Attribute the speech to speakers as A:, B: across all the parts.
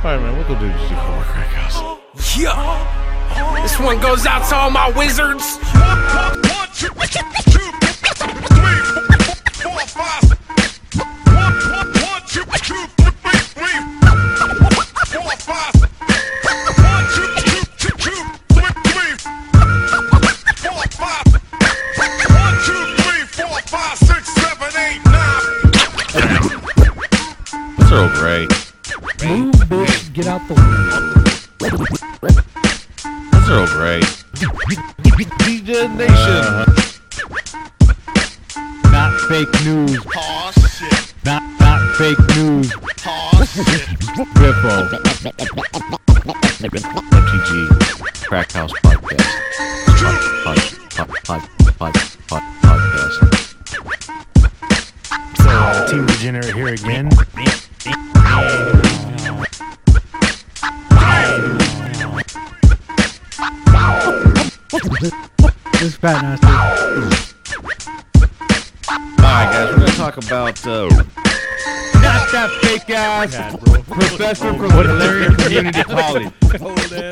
A: Spider-Man, what the dude did you call crack house?
B: Yeah. This one goes out to all my wizards.
A: That's Earl Grey.
C: Move, bitch, get out the way.
A: That's Earl Grey. DJ Nation.
D: Uh,
C: Not fake news. Not not fake news. Riffo.
A: MTG Crack House Podcast. Pod, pod, pod, pod, pod, podcast.
E: So, uh, Team Degenerate here again.
C: This fat nasty.
A: All right, guys, we're gonna talk about uh,
C: Not that fake ass.
A: Professor from Hilarious Community College.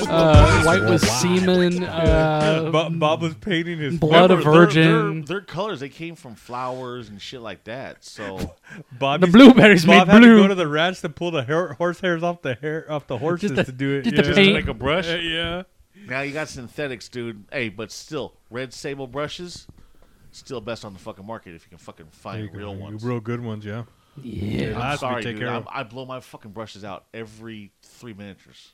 F: Uh, white was semen. Uh,
D: Bob, Bob was painting his
F: blood of
A: Remember, their-
F: virgin.
A: Their, their colors they came from flowers and shit like that. So
D: Bob
F: The
D: used-
F: blueberries
D: Bob
F: made
D: had
F: blue.
D: to go to the ranch to pull the hair, horse hairs off the hair off the horses
F: the-
D: to do it.
F: just
D: yeah.
F: the paint. Like a
D: brush. uh, Yeah.
A: now you got synthetics, dude. Hey, but still, red sable brushes still best on the fucking market if you can fucking find real ones.
D: Real good ones. Yeah.
F: yeah.
A: I'm
D: That's what we
A: sorry,
D: take
A: dude.
D: care
A: I,
D: of.
A: I blow my fucking brushes out every three miniatures.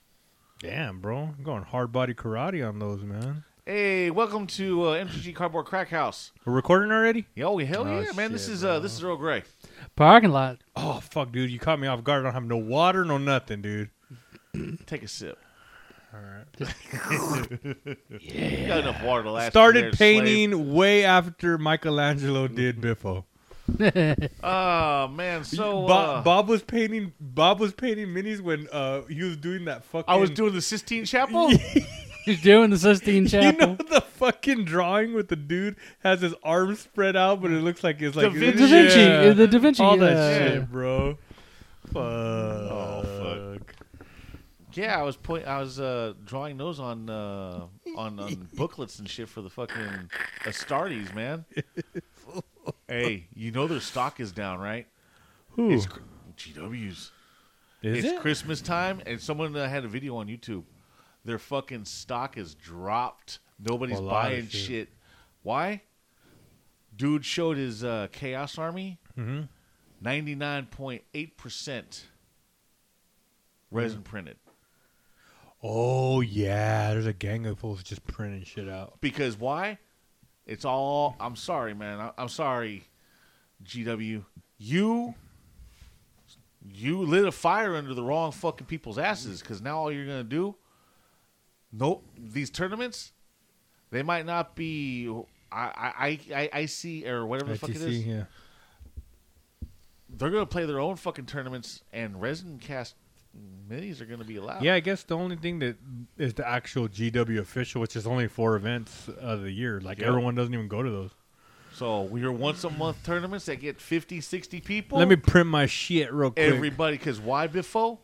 D: Damn, bro, I'm going hard body karate on those, man.
A: Hey, welcome to uh, MTG Cardboard Crack House.
D: We're recording already.
A: Yo, hell yeah, man! this is uh, this is Earl Grey.
F: Parking lot.
D: Oh fuck, dude, you caught me off guard. I don't have no water, no nothing, dude.
A: Take a sip. All right. yeah. You got enough water to last. you there,
D: Started
A: slave.
D: painting way after Michelangelo did Biffo.
A: Oh man, so
D: Bob,
A: uh,
D: Bob was painting. Bob was painting minis when uh, he was doing that fucking.
A: I was doing the Sistine Chapel.
F: He's doing the Sistine
D: You
F: Chapel.
D: know the fucking drawing with the dude has his arms spread out, but it looks like it's like
A: Vinci.
F: Da Vinci,
D: Yeah.
F: uh, the Da Vinci,
D: all that
F: uh,
D: shit, bro. Fuck. Oh fuck.
A: Yeah, I was point. I was uh, drawing those on uh, on on booklets and shit for the fucking Astartes, man. hey, you know their stock is down, right?
D: Who
A: It's
D: is
A: cr- GW's. it's
D: it?
A: Christmas time, and someone uh, had a video on YouTube. Their fucking stock is dropped. Nobody's
D: A lot of
A: buying shit.
D: shit.
A: Why? Dude showed his uh, Chaos Army.
D: Mm-hmm.
A: Ninety nine point eight percent resin
D: Mm.
A: printed.
D: Oh yeah, there's a gang of fools just printing shit out.
A: Because why? It's all. I'm sorry, man. I, I'm sorry, GW. You you lit a fire under the wrong fucking people's asses. Because now all you're gonna do, no, these tournaments, they might not be. I I I, I see or whatever the fuck it
D: ITC,
A: is.
D: yeah.
A: They're gonna play their own fucking tournaments, and resin cast minis are gonna be allowed.
D: Yeah, I guess the only thing that is the actual GW official, which is only four events of the year. Like
A: Yeah.
D: everyone doesn't even go to those.
A: So your once a month tournaments that get 50, 60 people.
D: Let me print my shit real quick.
A: everybody because why before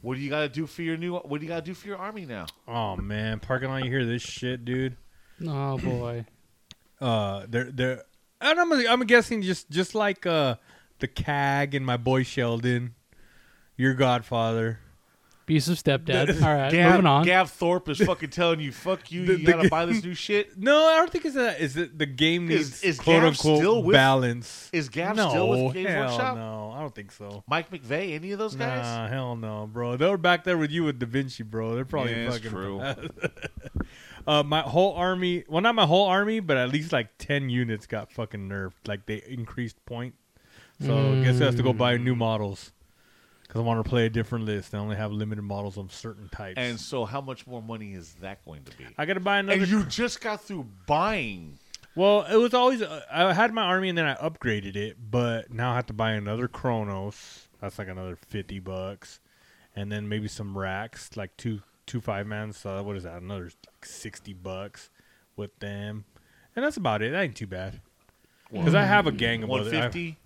A: what do you got to do for your new what do you got to do for your army now
D: oh man, parking lot, you hear this shit, dude?
F: Oh boy.
D: Uh, they're they're, and I'm I'm guessing just just like uh the CAG and my boy Sheldon, your Godfather.
F: Abusive stepdad. All right,
A: gav,
F: moving on.
A: gav thorpe is fucking telling you fuck you
D: The-
A: you
D: the-
A: gotta buy this new shit
D: No, I don't think it's that. Is it the game needs
A: Is- is
D: quote
A: Gav
D: unquote
A: still with-
D: balance?
A: is gav
D: no,
A: still with games
D: hell
A: workshop
D: no, I don't think so.
A: mike mcveigh any of those guys
D: Nah, hell no, bro. They were back there with you with Da Vinci, bro. They're probably
A: Yeah, it's
D: fucking.
A: true.
D: Uh, my whole army. Well, not my whole army, but at least like ten units got fucking nerfed. Like they increased point. So I guess I have to go buy new models because I want to play a different list. I only have limited models of certain types.
A: and so how much more money is that going to be
D: I gotta buy another.
A: and you just got through buying
D: Well, it was always uh, I had my army and then I upgraded it, but now I have to buy another Chronos. That's like another fifty bucks, and then maybe some racks, like two two five mans. So what is that? Another like sixty bucks with them, and that's about it. That ain't too bad because I have a gang of other. I-
A: 150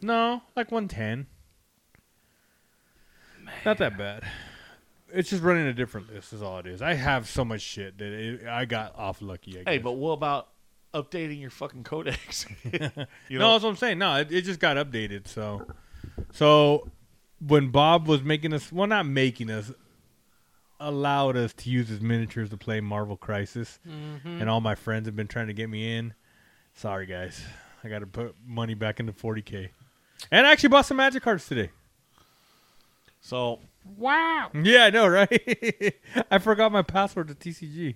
D: No, like one ten. Not that bad. It's just running a different list is all it is. I have so much shit that it, I got off lucky. I guess.
A: Hey, but what about updating your fucking codex? you
D: no,
A: know,
D: that's what I'm saying. No, it, it just got updated. So, so when Bob was making us, well, not making us, allowed us to use his miniatures to play Marvel Crisis, and all my friends have been trying to get me in. Sorry, guys, I got to put money back into 40k. And I actually bought some magic cards today.
A: so
D: Yeah, I know, right? I forgot my password to TCG.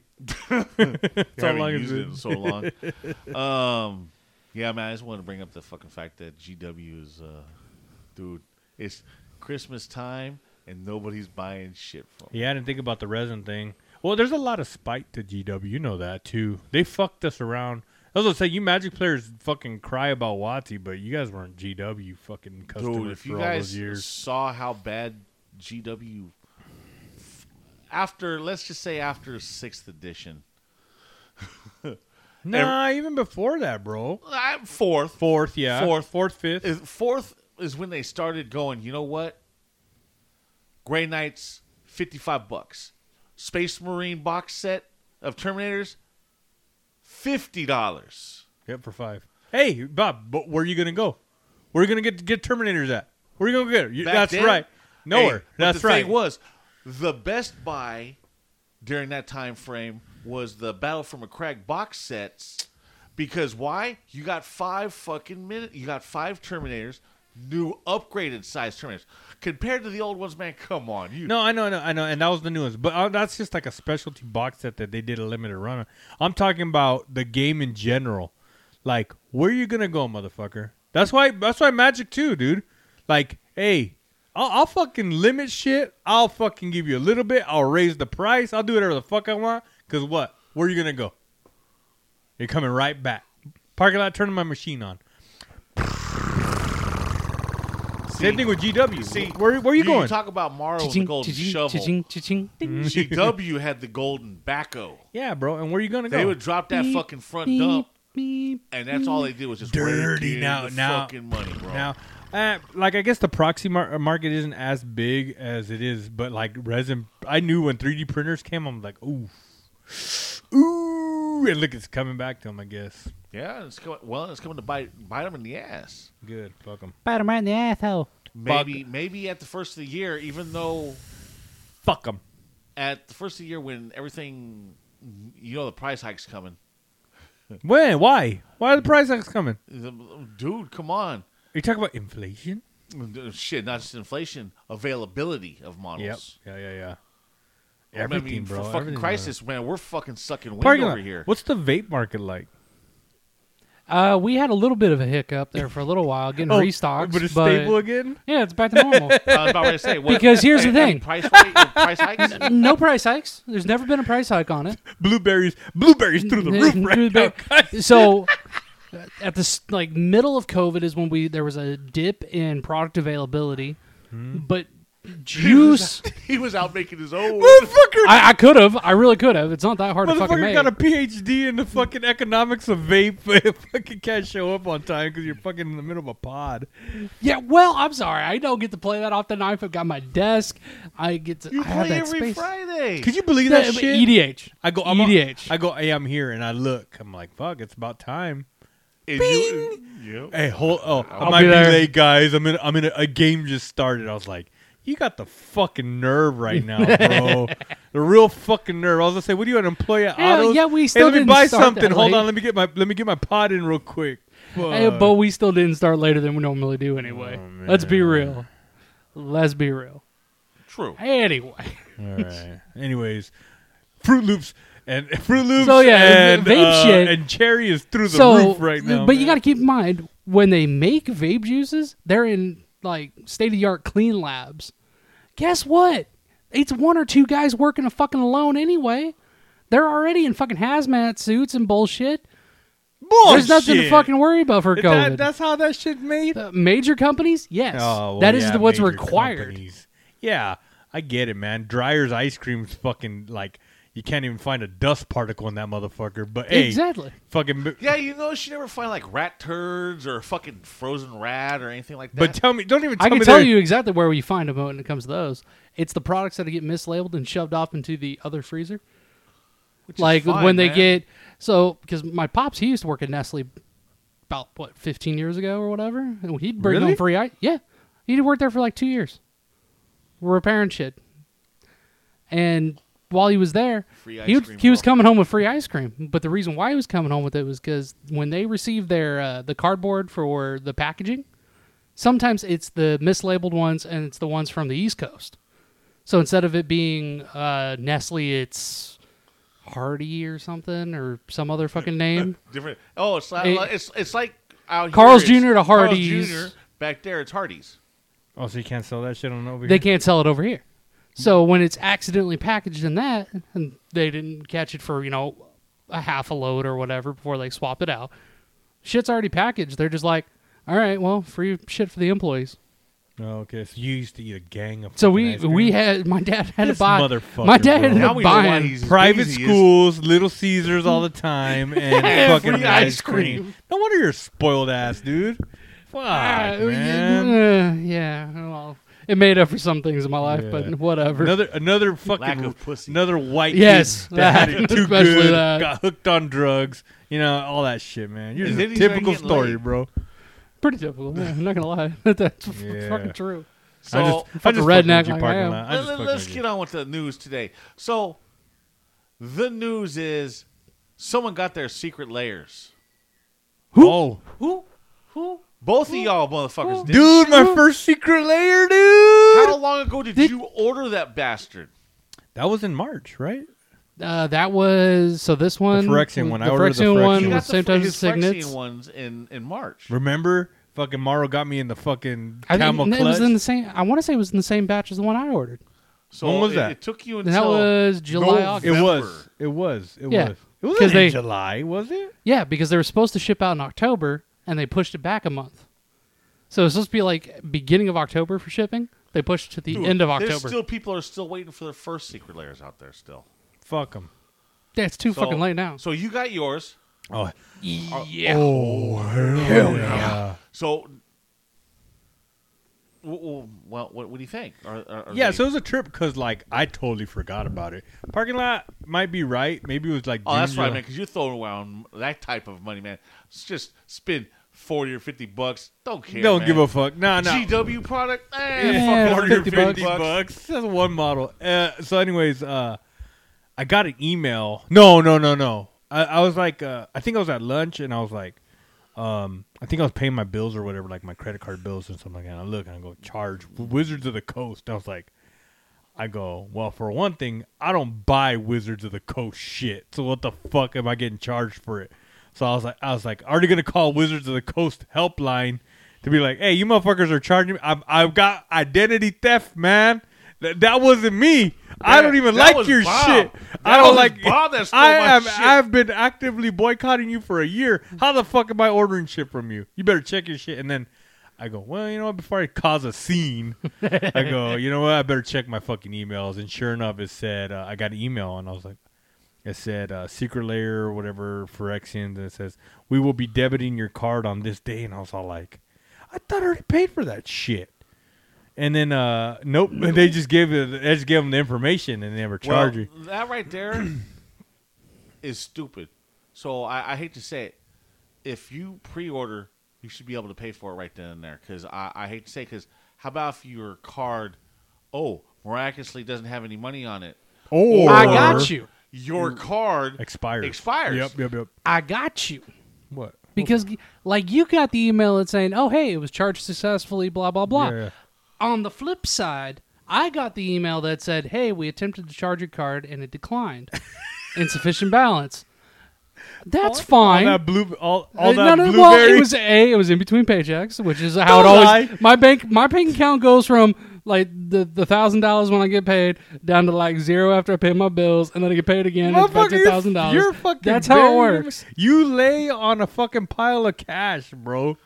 A: so
D: long
A: long
D: as
A: used
D: it-
A: it in so long. um, yeah, man, I just wanted to bring up the fucking fact that GW is, uh, dude, it's Christmas time and nobody's buying shit from.
D: Yeah, I didn't think about the resin thing. Well, there's a lot of spite to GW. You know that too. They fucked us around. I was gonna say you Magic players fucking cry about Watsy, but you guys weren't GW fucking customers
A: Dude, if
D: for
A: you
D: all
A: guys
D: those years.
A: saw how bad GW after, let's just say after sixth edition,
D: Nah, even before that, bro.
A: i uh, fourth,
D: Fourth, yeah.
A: Fourth.
D: fourth, fifth.
A: is- fourth is when they started going. You know what? Gray Knights, fifty-five bucks. Space Marine box set of Terminators, fifty dollars.
D: yep, for five. Hey, Bob, but where are you gonna go? Where are you gonna get get Terminators at? Where are you gonna get? You,
A: Back
D: that's
A: then-
D: right. Nowhere.
A: but
D: that's
A: the
D: right.
A: Thing was the Best Buy during that time frame was the Battle from a Crack box sets because why? You got five fucking minute. You got five Terminators. New upgraded size Terminators compared to the old ones, man. Come on, you
D: No, I know, I know, I know, and that was the new ones. But uh, that's just like a specialty box set that they did a limited run on. I'm talking about the game in general. Like, where you gonna go, motherfucker? That's why. That's why Magic too, dude. Like, hey, I'll, I'll fucking limit shit. I'll fucking give you a little bit. I'll raise the price. I'll do whatever the fuck I want. Cause what? Where you gonna go? You're coming right back. Parking lot. Turning my machine on. Same thing with GW.
A: See,
D: where, where you
A: you
D: going?
A: talk about Morrow and the
F: Cha-ching,
A: golden
F: cha-ching,
A: shovel.
F: cha-ching, cha-ching,
D: Mm-hmm.
F: ding.
A: GW had the golden backo.
D: Yeah, bro. And where you gonna go?
A: They would drop that
F: Beep,
A: fucking front
F: beep,
A: dump,
F: beep.
A: and that's all they did was just
D: Dirty
A: rake in
D: now-
A: the
D: now-
A: fucking money, bro.
D: now. Uh, like I guess the proxy mar- uh, market isn't as big as it is, but like resin, I knew when 3D printers came, I'm like, ooh, ooh, and look, it's coming back to them. I guess
A: yeah, it's coming. Well, it's coming to bite bite them in the ass.
D: good, fuck them,
F: Bite him right in the asshole.
A: Maybe, maybe at the first of the year, even though
D: fuck them.
A: at the first of the year when everything, you know, the price hike's coming.
D: When? Why? Why are the price hikes coming?
A: Dude, come on.
D: You talk about inflation?
A: Shit, not just inflation, availability of models.
D: Yeah, yeah, yeah.
A: I mean,
D: Everything,
A: for
D: bro.
A: fucking
D: everything's
A: crisis, man, we're fucking sucking
D: going
A: wind
D: up.
A: over
D: Parking lot.
A: here.
D: What's the vape market like?
F: Uh, we had a little bit of a hiccup there for a little while getting restocked,
D: but
F: but
D: it's Oh, stable again.
F: yeah, it's back to normal.
A: I was about to say what,
F: Because here's the
A: and- and
F: thing.
A: price rate, and price hikes.
F: no price hikes. There's never been a price hike on it.
D: Blueberries, blueberries through the roof right
F: Through
D: now.
F: the back. so at the s- like middle of COVID is when we there was a dip in product availability,
D: Hmm.
F: but juice.
A: He was out making his own.
D: Motherfucker,
F: I, I could have. I really could have. It's not that hard to fucking
D: Motherfucker
F: make.
D: got a PhD in the fucking economics of vape, but fucking can't show up on time because you're fucking in the middle of a pod.
F: Yeah, well, I'm sorry. I don't get to play that off the knife. I've got my desk. I get to.
A: You
F: I have
A: play
F: that
A: every
F: space.
A: Friday.
D: Could you believe
F: Yeah,
D: that
F: but E
D: shit?
F: EDH.
D: I go, I'm
F: EDH.
D: I go, hey, I'm here, and I look. I'm like, fuck, it's about time.
A: And you- Yep.
D: Hey, hold, oh, I
F: I'll
D: might
F: be
D: be,
F: there.
D: late, guys. I'm in, I'm in a, a game just started. I was like, you got the fucking nerve right now, bro. the real fucking nerve. I was gonna say, what do you an employee at
F: Yeah,
D: Autos?
F: yeah, we
D: Hey,
F: still
D: let me
F: didn't
D: buy
F: start that
D: something. Hold
F: late.
D: on, let me get my let me get my pod in real quick.
F: Eh,
D: Fuck. Oh,
F: but we still didn't start later than we normally do anyway. Let's be real. Let's be real.
A: True.
F: Anyway,
D: All right. Anyways, Fruit Loops and Fruit Loops.
F: So, yeah,
D: and,
F: vape
D: uh,
F: shit.
D: and cherry is through the
F: so
D: roof right now.
F: but you got
D: man.
F: to keep in mind when they make vape juices, they're in like state of the art clean labs. Guess what? It's one or two guys working a fucking alone anyway. They're already in fucking hazmat suits and bullshit. There's nothing to
D: Bullshit.
F: fucking worry about for
D: Oh, That-
F: COVID.
D: that's how that shit made.
F: Uh, major companies, yes,
D: Oh, well,
F: that is
D: yeah,
F: what's
D: major
F: required.
D: companies. Yeah, I get it, man. Dryer's ice cream's fucking like You can't even find a dust particle in that motherfucker. But hey,
F: Exactly.
D: fucking. b-
A: Yeah, you know, she never find like rat turds or a fucking frozen rat or anything like that.
D: But tell me, don't even. Tell
F: I can
D: me
F: tell
D: they're-
F: you exactly where we find them when it comes to those. It's the products that get mislabeled and shoved off into the other freezer.
A: Which is
F: Like
A: fine,
F: when they
A: man.
F: get so because my pops he used to work at Nestle about what 15 years ago or whatever, and he'd bring
D: Really?
F: them free. I yeah, he'd work there for like two years, repairing shit. And while he was there,
A: Free ice
F: he, would,
A: cream,
F: he was
A: bro.
F: coming home with free ice cream. But the reason why he was coming home with it was because when they received their uh, the cardboard for the packaging, sometimes it's the mislabeled ones and it's the ones from the East Coast. So instead of it being uh, Nestle, it's Hardy or something or some other fucking name.
A: different. Oh, it's like,
F: It-
A: it's it's like out here,
F: Carl's
A: it's
F: Jr. to
A: Carl's
F: Hardee's.
A: Jr. Back there, it's Hardee's.
D: Oh, so you can't sell that shit on over
F: they
D: here.
F: can't sell it over here. So when it's accidentally packaged in that, and they didn't catch it for you know a half a load or whatever before they swap it out, shit's already packaged. They're just like, all right, well, free shit for the employees.
D: Oh, okay. So you used to eat a gang of.
F: So
D: fucking
F: we
D: ice cream.
F: we had my dad had
D: This
F: to buy
D: motherfucker,
F: my dad
D: bro.
F: ended
A: Now
F: up
A: we know why
F: buying
A: he's as
D: private
A: busy as-
D: schools, Little Caesars all the time, and fucking
A: free
D: ice
A: ice
D: cream. No wonder you're a spoiled ass, dude. Fuck,
F: Ah,
D: man.
F: uh, yeah, well, it made up for some things in my life,
D: Yeah.
F: but whatever.
D: Another another fucking
A: Lack of pussy.
D: another white
F: Yes,
D: kid that had it too
F: especially
D: good,
F: that.
D: got hooked on drugs, you know all that shit, man. You're
A: And
D: just
A: then
D: a
A: he started
D: typical
A: getting
D: story,
A: laid.
D: bro.
F: Pretty typical. Yeah, I'm not gonna lie, that's f-
D: Yeah.
F: fucking true.
A: So
D: I just, I
F: fucking
D: just fucking with
F: redneck
D: you,
F: like I
D: parking
F: am.
D: lot. I just
A: let,
D: fucking
A: us
D: with you.
A: get on with the news today. So, the news is someone got their secret layers.
D: Oh,
A: Who? Who? Both of y'all motherfuckers did.
D: dude, my first secret layer, dude.
A: How long ago did, you order that bastard?
D: That was in March, right?
F: Uh, that was so. This one,
D: Phyrexian one.
F: The
D: I ordered the
F: Phyrexian
D: Phyrexian
F: one
D: one. He
A: You
F: was
A: got
F: the same
A: the,
F: time
A: his
F: as Signets.
A: Phyrexian ones in, in March.
D: Remember, fucking Morrow got me in the fucking
F: I think
D: camel
F: it was
D: clutch.
F: in the same. I want to say it was in the same batch as the one I ordered.
A: So
D: When was
A: it,
D: that?
A: It took you until
F: That was July, August.
D: Oh, it was.
A: November.
D: It was. It
F: Yeah.
D: was. It
F: 'Cause
D: wasn't
F: they-
D: in July, was it?
F: Yeah, because they were supposed to ship out in October and they pushed it back a month. So it's supposed to be like beginning of October for shipping. They pushed it to the
A: Dude,
F: end of
A: there's
F: October.
A: Still, people are still waiting for their first secret layers out there. Still,
D: Fuck them.
F: yeah, it's too
A: So-
F: fucking late now.
A: So you got yours.
D: Oh,
A: Yeah. So, w- w- well, what, what do you think? Are, are, are
D: yeah.
A: they-
D: So it was a trip because like I totally forgot about it. Parking lot might be right. Maybe it was like.
A: oh, that's
D: June,
A: right,
D: July.
A: man. Because you're throwing around that type of money, man. It's just spend forty or fifty bucks. Don't care.
D: Don't
A: man.
D: give a fuck. Nah, nah.
A: GW product. Eh,
F: Yeah,
A: fuck 40 or
F: 50
A: 50
F: bucks.
A: bucks.
D: That's one model. Uh, so, anyways, uh, I got an email. No, no, no, no. I, I was like, uh, I think I was at lunch, and I was like, um, I think I was paying my bills or whatever, like my credit card bills and something like that. And I look and I go, charge Wizards of the Coast. I was like, I go, well, for one thing, I don't buy Wizards of the Coast shit. So what the fuck am I getting charged for it? So I was like, I was like, already gonna call Wizards of the Coast helpline to be like, hey, you motherfuckers are charging me. I've, I've got identity theft, man. Th- that wasn't me. I
A: That-
D: don't even
A: that
D: like
A: was
D: your
A: Bob.
D: shit. I
A: That
D: don't
A: was
D: like.
A: Bob that stole
D: I
A: my
D: am.
A: shit.
D: I've been actively boycotting you for a year. How the fuck am I ordering shit from you? You better check your shit. And then I go, well, you know what? Before I cause a scene, I go, you know what? I better check my fucking emails. And sure enough, it said uh, I got an email, and I was like, it said uh, secret layer or whatever Phyrexians, and it says we will be debiting your card on this day. And I was all like, I thought I already paid for that shit. And then uh, nope, they just gave it. They just gave them the information and they never charged you.
A: Well, that right there is stupid. So I, I hate to say it. If you pre-order, you should be able to pay for it right then and there. Because I, I hate to say, because how about if your card, oh, miraculously doesn't have any money on it?
D: Or
F: I got you.
A: Your card
D: Expires.
A: Expires.
D: Yep. Yep. Yep.
F: I got you.
D: What?
F: Because like you got the email that's saying, "Oh hey, it was charged successfully." Blah blah blah.
D: Yeah.
F: On the flip side, I got the email that said, "Hey, we attempted to charge your card and it declined. Insufficient balance." That's fine.
D: All that blue. All,
F: Uh,
D: all that
F: no, no,
D: blueberry.
F: well, it was a. It was in between paychecks, which is how it
D: Don't
F: always.
D: lie.
F: My bank, my bank account goes from like the the thousand dollars when I get paid down to like zero after I pay my bills, and then I get paid again. and It's about
D: Motherfucker,
F: ten
D: you're-
F: thousand dollars.
D: You're fucking.
F: That's how it
D: burying-
F: works.
D: You lay on a fucking pile of cash, bro.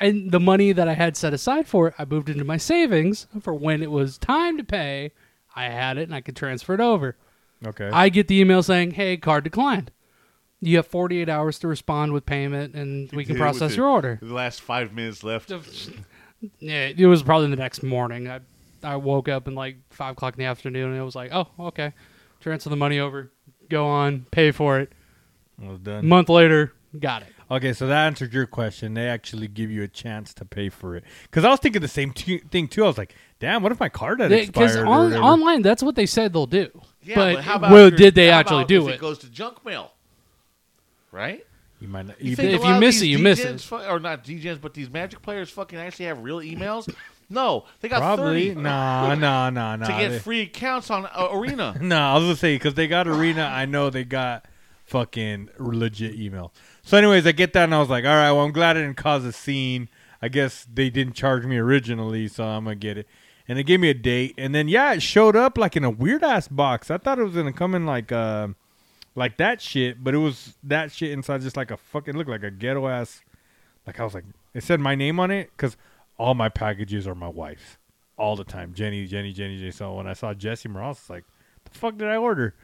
F: And the money that I had set aside for it, I moved into my savings for when it was time to pay. I had it, and I could transfer it over.
D: Okay.
F: I get the email saying, "Hey, card declined. You have 48 hours to respond with payment, and we can
A: Did it with
F: process
A: the-
F: your order."
A: The last five minutes left.
F: Yeah, it was probably the next morning. I I woke up in like five o'clock in the afternoon, and it was like, "Oh, okay, transfer the money over, go on, pay for it."
D: I was done.
F: month later, got it.
D: Okay, so that answered your question. They actually give you a chance to pay for it. Because I was thinking the same tu- thing too. I was like, "Damn, what if my card had
F: Because
D: expired?" or
F: on,
D: whatever?
F: online, that's what they said they'll do.
A: Yeah,
F: but
A: how about
F: well,
A: your-
F: did they
A: how
F: actually
A: about
F: do
A: if
F: it?
A: It goes to junk mail, right?
D: you might not.
F: You
D: You
F: think-
A: a
F: if
A: lot of
F: miss
A: these
F: it, you miss
A: DJs
F: it.
A: fu- or not DJs, but these Magic players fucking actually have real emails. No, they got
D: probably
A: thirty
D: nah, nah, nah, nah.
A: to
D: They- Oh
A: get free accounts on uh, Arena.
D: nah, I was gonna say because they got arena. I know they got fucking legit email. So, anyways, I get that and I was like, "All right, well, I'm glad it didn't cause a scene. I guess they didn't charge me originally, so I'm gonna get it." And it gave me a date, and then yeah, it showed up like in a weird ass box. I thought it was gonna come in like uh, like that shit, but it was that shit inside just like a fucking looked like a ghetto ass. Like I was like, it said my name on it because all my packages are my wife's all the time. Jenny, Jenny, Jenny, Jenny. So when I saw Jesse Morales, it's like, the fuck did I order?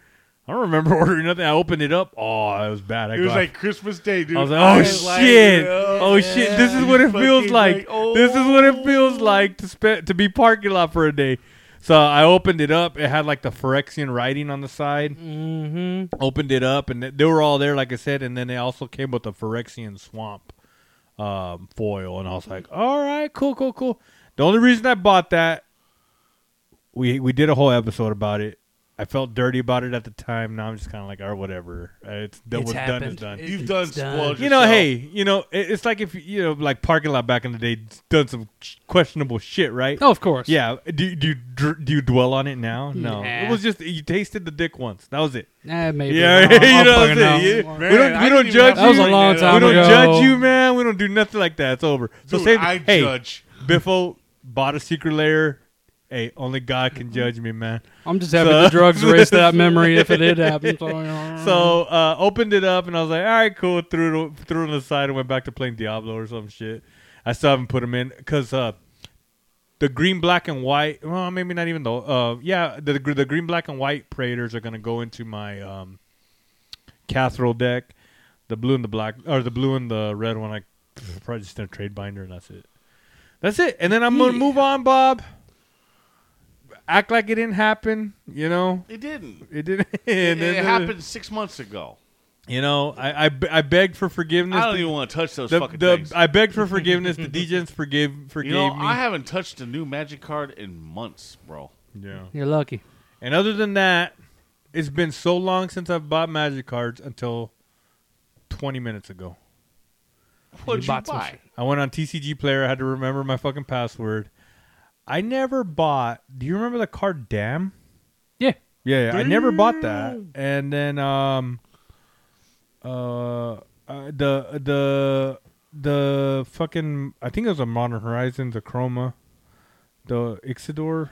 D: I don't remember ordering nothing. I opened it up. Oh, it was bad. I
A: It was
D: got-
A: like Christmas Day, dude.
D: I was like, oh
A: like,
D: shit,
A: yeah,
D: oh shit, this is
A: you
D: what it feels
A: fucking
D: like.
A: oh.
D: This is what it feels like to spend to be parking lot for a day. So I opened it up. It had like the Phyrexian writing on the side. Mm-hmm. Opened it up, and they were all there, like I said. And then they also came with the Phyrexian swamp um, foil, and I was like, all right, cool, cool, cool. The only reason I bought that, we we did a whole episode about it. I felt dirty about it at the time. Now I'm just kind of like, all right, whatever. Uh, It's done.
F: It's
D: what's done is
F: happened.
D: done
A: You've
F: It's
A: done
F: done.
A: spoiled
D: you know,
A: yourself.
D: hey, you know, it, it's like if you know, like parking lot back in the day, done some questionable shit, right?
F: Oh, of course.
D: Yeah. Do do you dr- do you dwell on it now? No.
F: Nah.
D: It was just you tasted the dick once. That was it.
F: Eh, maybe.
D: Yeah,
F: I'll-
D: you
F: I'll
D: know what I'm
F: fucking
D: saying?
F: know.
D: Yeah. we don't
A: I
D: we
A: didn't
D: don't
A: even
D: judge
A: have
F: That
A: to
F: was a
A: bring
F: long
A: that
F: time
A: up.
D: you. We don't
F: ago.
D: judge you, man. We don't do nothing like that. It's over. So
A: Dude,
D: say,
A: I
D: hey,
A: judge.
D: Biffo bought a secret layer. Hey, only God can judge me, man.
F: I'm just happy the drugs erased that memory if it did happen. So,
D: So
A: Uh-huh.
D: uh, opened it up and I was like, all right, cool. Threw it threw it on the side and went back to playing Diablo or some shit. I still haven't put them in because uh, the green, black, and white. Well, maybe not even though. Uh, yeah, the the green, black, and white Praetors are gonna go into my um, Cathril deck. The blue and the black, or the blue and the red one. I probably just in a trade binder and that's it. That's it. And then I'm gonna move on, Bob. Act like it didn't happen. You know,
A: It didn't.
D: it didn't.
A: It, it happened six months ago.
D: You know, I I, be- I begged for forgiveness.
A: I don't even want to touch those
D: the,
A: fucking
D: the-
A: things.
D: I begged for forgiveness. The DJs forgave forgave
A: you know,
D: me.
A: I haven't touched a new Magic card in months, bro.
D: yeah.
F: you're lucky.
D: And other than that, it's been so long since I've bought magic cards until 20 minutes ago.
A: What'd you,
F: bought some
A: buy?
F: shit.
D: I went on TCG Player. I had to remember my fucking password. I never bought. Do you remember the card Dam?
F: Yeah.
D: Yeah, yeah, I never bought that. And then um uh, uh the the the fucking I think it was a Modern Horizon, the Chroma, the Ixidor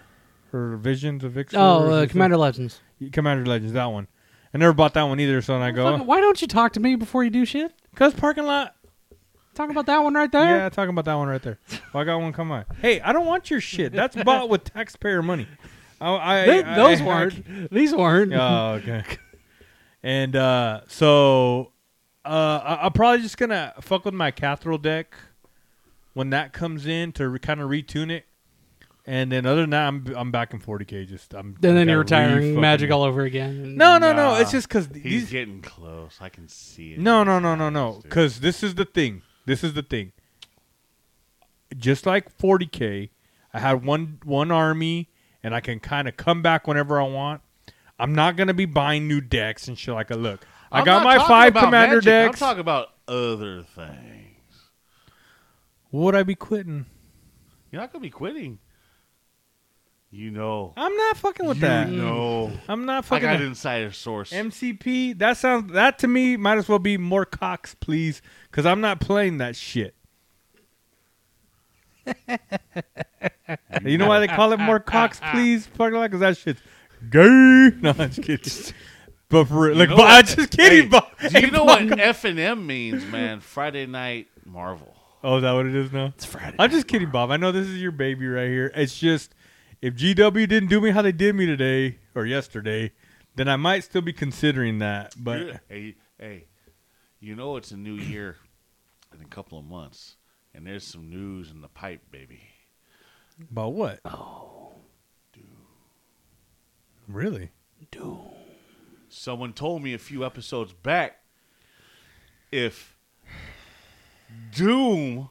D: or Visions of Ixidor.
F: Oh,
D: or
F: uh,
D: something.
F: Commander Legends.
D: Commander Legends, that one. I never bought that one either, so then I
F: Fucking-
D: go
F: Why don't you talk to me before you do shit?
D: cuz parking lot.
F: Talk about that one right there.
D: Yeah, talking about that one right there. Well, I got one come on. Hey, I don't want your shit. That's bought with taxpayer money. I, I,
F: They-
D: I-
F: those
D: I-
F: weren't. These weren't.
D: Oh, okay. and uh, so uh, I, I'm probably just gonna fuck with my Cathril deck when that comes in to re- kind of retune it. And then other than that, I'm I'm back in 40k. Just I'm
F: and then
D: gotta
F: you're retiring
D: re-fucking-
F: Magic all over again.
D: No, no, no. It's just because
A: He's
D: these.
A: getting close. I can see it.
D: No, no, no, no, no. Because this is the thing. This is the thing. Just like 40k, I had one one army, and I can kind of come back whenever I want. I'm not gonna be buying new decks and shit like that. Look, I
A: I'm
D: got
A: not
D: my
A: talking
D: five
A: about
D: commander
A: Magic.
D: decks.
A: I'm talking about other things.
D: Would I be quitting?
A: You're not gonna be quitting. You know.
D: I'm not fucking with
A: you
D: that.
A: know.
D: I'm not
A: I
D: fucking.
A: got
D: with-
A: insider source.
D: MCP. That sounds. That to me might as well be more Cox, please, because I'm not playing that shit. you know why they call it more Cox, please? Fuck like, cause that shit's gay. No, I'm just kidding. But for real, like,
A: know
D: but
A: what?
D: I'm just kidding.
A: Hey,
D: but,
A: Do you know what F and M means, man? Friday night Marvel.
D: Oh, is that what it is now? It's Friday. I'm just kidding, Bob. I know this is your baby right here. It's just if GW didn't do me how they did me today or yesterday, then I might still be considering that. But
A: You're- hey, hey, you know it's a new year in a couple of months, and there's some news in the pipe, baby.
D: about what? Oh. Really?
A: Someone told me a few episodes back if Doom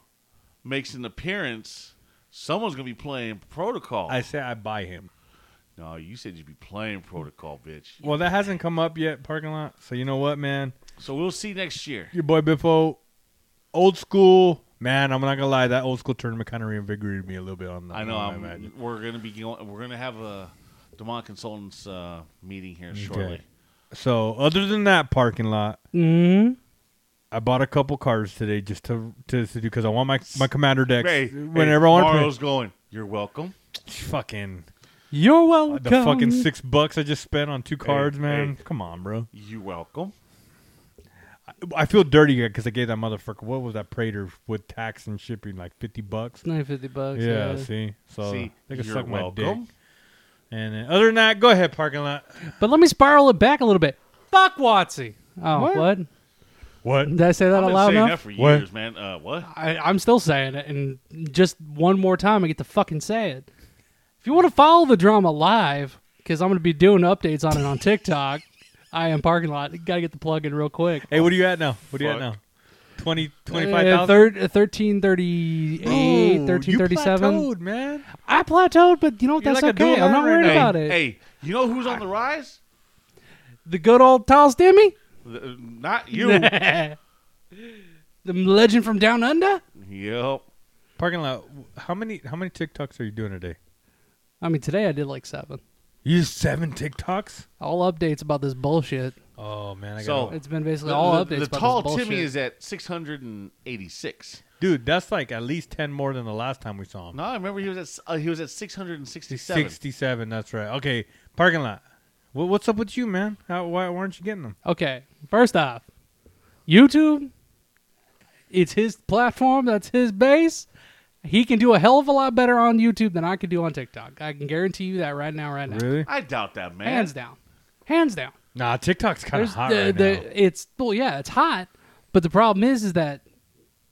A: makes an appearance, someone's gonna be playing Protocol.
D: I say I buy him.
A: no, you said you'd be playing Protocol, bitch.
D: Well, that hasn't come up yet, parking lot. So you know what, man?
A: So we'll see next year.
D: Your boy Biffo, old school man. I'm not gonna lie, that old school tournament kind of reinvigorated me a little bit on that.
A: I know.
D: Oh, I
A: I'm,
D: imagine.
A: we're gonna be going, we're gonna have a Demont Consultants uh, meeting here
D: Okay.
A: shortly.
D: So other than that, parking lot.
F: Mm.
D: I bought a couple cards today just to to, to do because I want my my commander decks.
A: Hey,
D: whenever I
A: hey,
D: want to
A: Mario's going. You're welcome.
D: fucking
F: You're welcome.
D: the fucking six bucks I just spent on two cards, man. Come on, bro.
A: You welcome.
D: I feel dirty because I gave that motherfucker what was that Prater with tax and shipping like fifty bucks.
F: Nine fifty bucks.
D: Yeah,
F: Yeah.
D: see, so
A: See,
D: they can
A: you're
D: suck my dick.
A: welcome.
D: And then, other than that, go ahead, parking lot.
F: But let me spiral it back a little bit. Fuck Watsy. Oh, what?
D: What?
F: Did I say that
A: I've
F: out
A: been
F: loud
A: saying
F: enough?
A: that for
D: What?
A: years, man. Uh, what?
F: I, I'm still saying it, and just one more time, I get to fucking say it. If you want to follow the drama live, because I'm going to be doing updates on it on TikTok, I am parking lot. Got to get the plug in real quick.
D: Hey, what are you at now? What are you at
A: Fuck.
D: now? 20,
F: Uh,
D: 25,000?
F: thir- 1338, 1337.
D: Dude, man.
F: I plateaued, but you know what?
D: You're
F: That's
D: like a
F: okay. I'm
D: dual
F: not
D: runner
F: worried
A: hey,
F: about it.
A: hey, you know who's on the rise?
F: The good old Tiles Demi?
A: Th-
F: uh,
A: Not you.
F: the legend from Down Under?
A: yep.
D: Parking lot. How many how many TikToks are you doing today?
F: I mean, today I did like seven.
D: You did seven TikToks?
F: All updates about this bullshit.
D: Oh man, I
A: So-
D: got
F: It's been basically all
A: the,
F: updates
A: the
F: about
A: tall
F: this bullshit.
A: Timmy is at 686.
D: dude. That's like at least ten more than the last time we saw him.
A: No, I remember he was at s- uh, he was at 667.
D: Sixty-seven. That's right. Okay, parking lot. Wha- What's up with you, man? How, why, why aren't you getting them?
F: Okay, first off, YouTube, it's his platform, that's his base. He can do a hell of a lot better on YouTube than I could do on TikTok. I can guarantee you that right now, right now.
A: I doubt that, man.
F: Hands down. Hands down.
D: Nah, TikTok's kind of
F: There's
D: hot
F: the-
D: right
F: the-
D: now.
F: It's well, yeah, it's hot, but the problem is, is that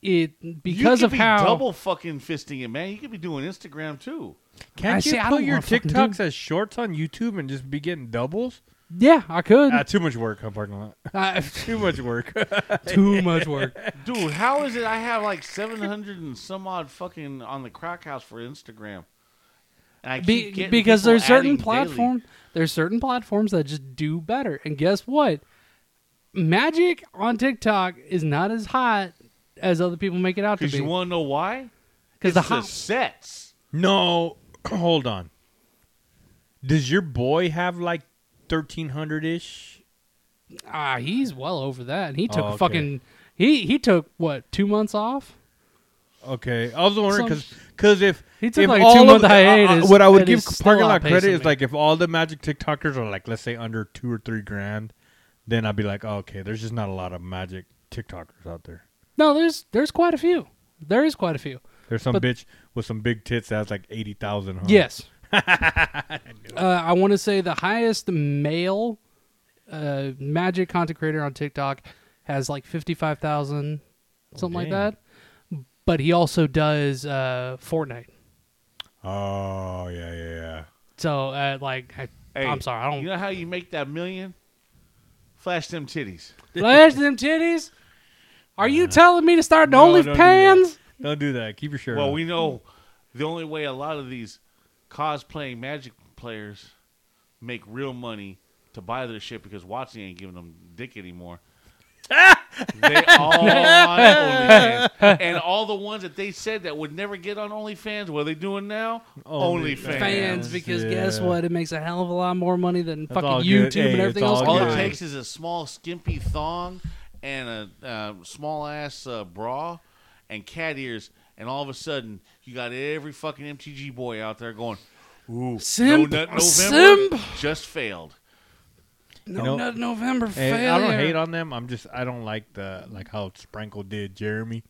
F: it because
A: you could
F: of
A: be
F: how
A: double fucking fisting it, man. You could be doing Instagram too.
D: Can't
F: I
D: you
F: see- I
D: put
F: don't
D: your
F: wanna fucking do-
D: TikToks as shorts on YouTube and just be getting doubles?
F: yeah, I could
D: Ah, too much work. I'm parking lot.
F: I-
D: Too much work.
F: too much work.
A: Dude, how is it I have like 700 and some odd fucking on the crack house for Instagram? And I
F: Be-
A: keep getting
F: because
A: people
F: there's certain
A: adding daily.
F: platforms there's certain platforms that just do better and guess what magic on tiktok is not as hot as other people make it out to
A: Because you
F: be
A: want to know why?
F: because the
A: It's
F: hot
A: sets.
D: no, hold on. Does your boy have like thirteen hundred ish?
F: ah he's well over that and he took
D: Oh, okay.
F: a fucking he he took what two months off
D: Okay, I was wondering
F: Some-
D: because because if
F: He took
D: if
F: like a
D: all
F: two-month
D: of- I- I-
F: hiatus,
D: what I would
F: and
D: give
F: he's still
D: parking lot credit
F: outpacing
D: is
F: me.
D: like if all the magic TikTokers are like let's say under two or three grand, then I'd be like oh, okay, there's just not a lot of magic TikTokers out there.
F: no there's there's quite a few there is quite a few
D: There's some
F: But-
D: bitch with some big tits that has like eighty thousand. Huh?
F: yes uh, i want to say the highest male uh, magic content creator on tiktok has like 55000
D: Oh,
F: something like
D: damn.
F: that but he also does uh, fortnite
D: Oh yeah yeah yeah.
F: So, uh, like, I,
A: Hey,
F: I'm sorry, I don't
A: You know how you make that million? Flash them titties.
F: flash them titties. Are you telling me to start an
D: Uh, No, don't do that.
F: OnlyFans?
D: Don't do that. Keep your shirt.
A: Well,
D: on.
A: we know the only way a lot of these cosplaying Magic players make real money to buy their shit because Watson ain't giving them dick anymore. they all on OnlyFans, and all the ones that they said that would never get on OnlyFans, what are they doing now?
D: Only-
A: OnlyFans.
F: Fans, because
D: Yeah.
F: guess what? It makes a hell of a lot more money than
D: all
F: fucking
D: good.
F: YouTube
D: Hey,
F: and
D: it's
F: everything
D: all
F: else.
A: All
D: good.
A: it
F: combined.
A: takes is a small, skimpy thong and a uh, small ass uh, bra and cat ears, and all of a sudden you got every fucking MTG boy out there going, "Ooh,
F: Simp,
A: no nut November
F: simp.
A: just failed."
F: No,
D: You know-
F: not November
D: Hey,
F: failure.
D: Eh, I don't hate on them. I'm just I don't like the like how Sprinkle did Jeremy.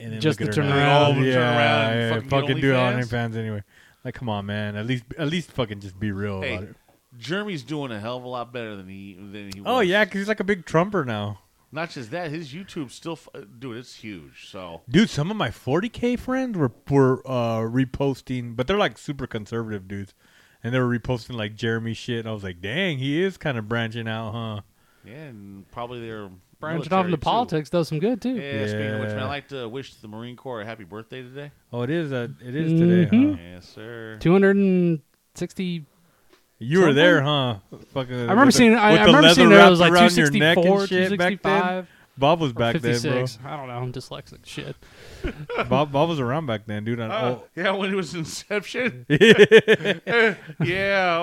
D: And then
F: Just
D: look
F: the
D: at her now.
F: turnaround. All
A: of them turn around and
D: yeah,
A: fucking get
D: do it on
A: OnlyFans?
D: OnlyFans anyway. Like, come on, man. At least at least fucking just be real
A: Hey,
D: about it.
A: Jeremy's doing a hell of a lot better than he than he. Was.
D: Oh yeah, because he's like a big trumper now,
A: Not just that, his YouTube's still, f- dude. It's huge. So
D: dude. Some of my 40k friends were were uh, reposting, but they're like super conservative dudes, and they were reposting like Jeremy shit. And I was like, dang, he is kind of branching out, huh?
A: yeah, and probably they're
F: Branching off
A: military,
F: into
A: too.
F: politics does some good too.
A: Yeah, Speaking of which, man,
D: Yeah.
A: I'd like to wish the Marine Corps a happy birthday today.
D: Oh, it is. Uh, it is today.
A: Mm-hmm.
F: Mhm.
D: Huh?
A: Yes, sir.
F: Two hundred and sixty.
D: You were there, huh? Fucking.
F: I remember seeing. I, I remember seeing it, it was like two sixty four, two sixty five,
D: Bob was back
F: fifty
D: then, bro.
F: six. I don't know. I'm dyslexic. Shit.
D: Bob, Bob was around back then, dude. I,
F: Oh,
A: Uh, yeah, when it was Inception. yeah,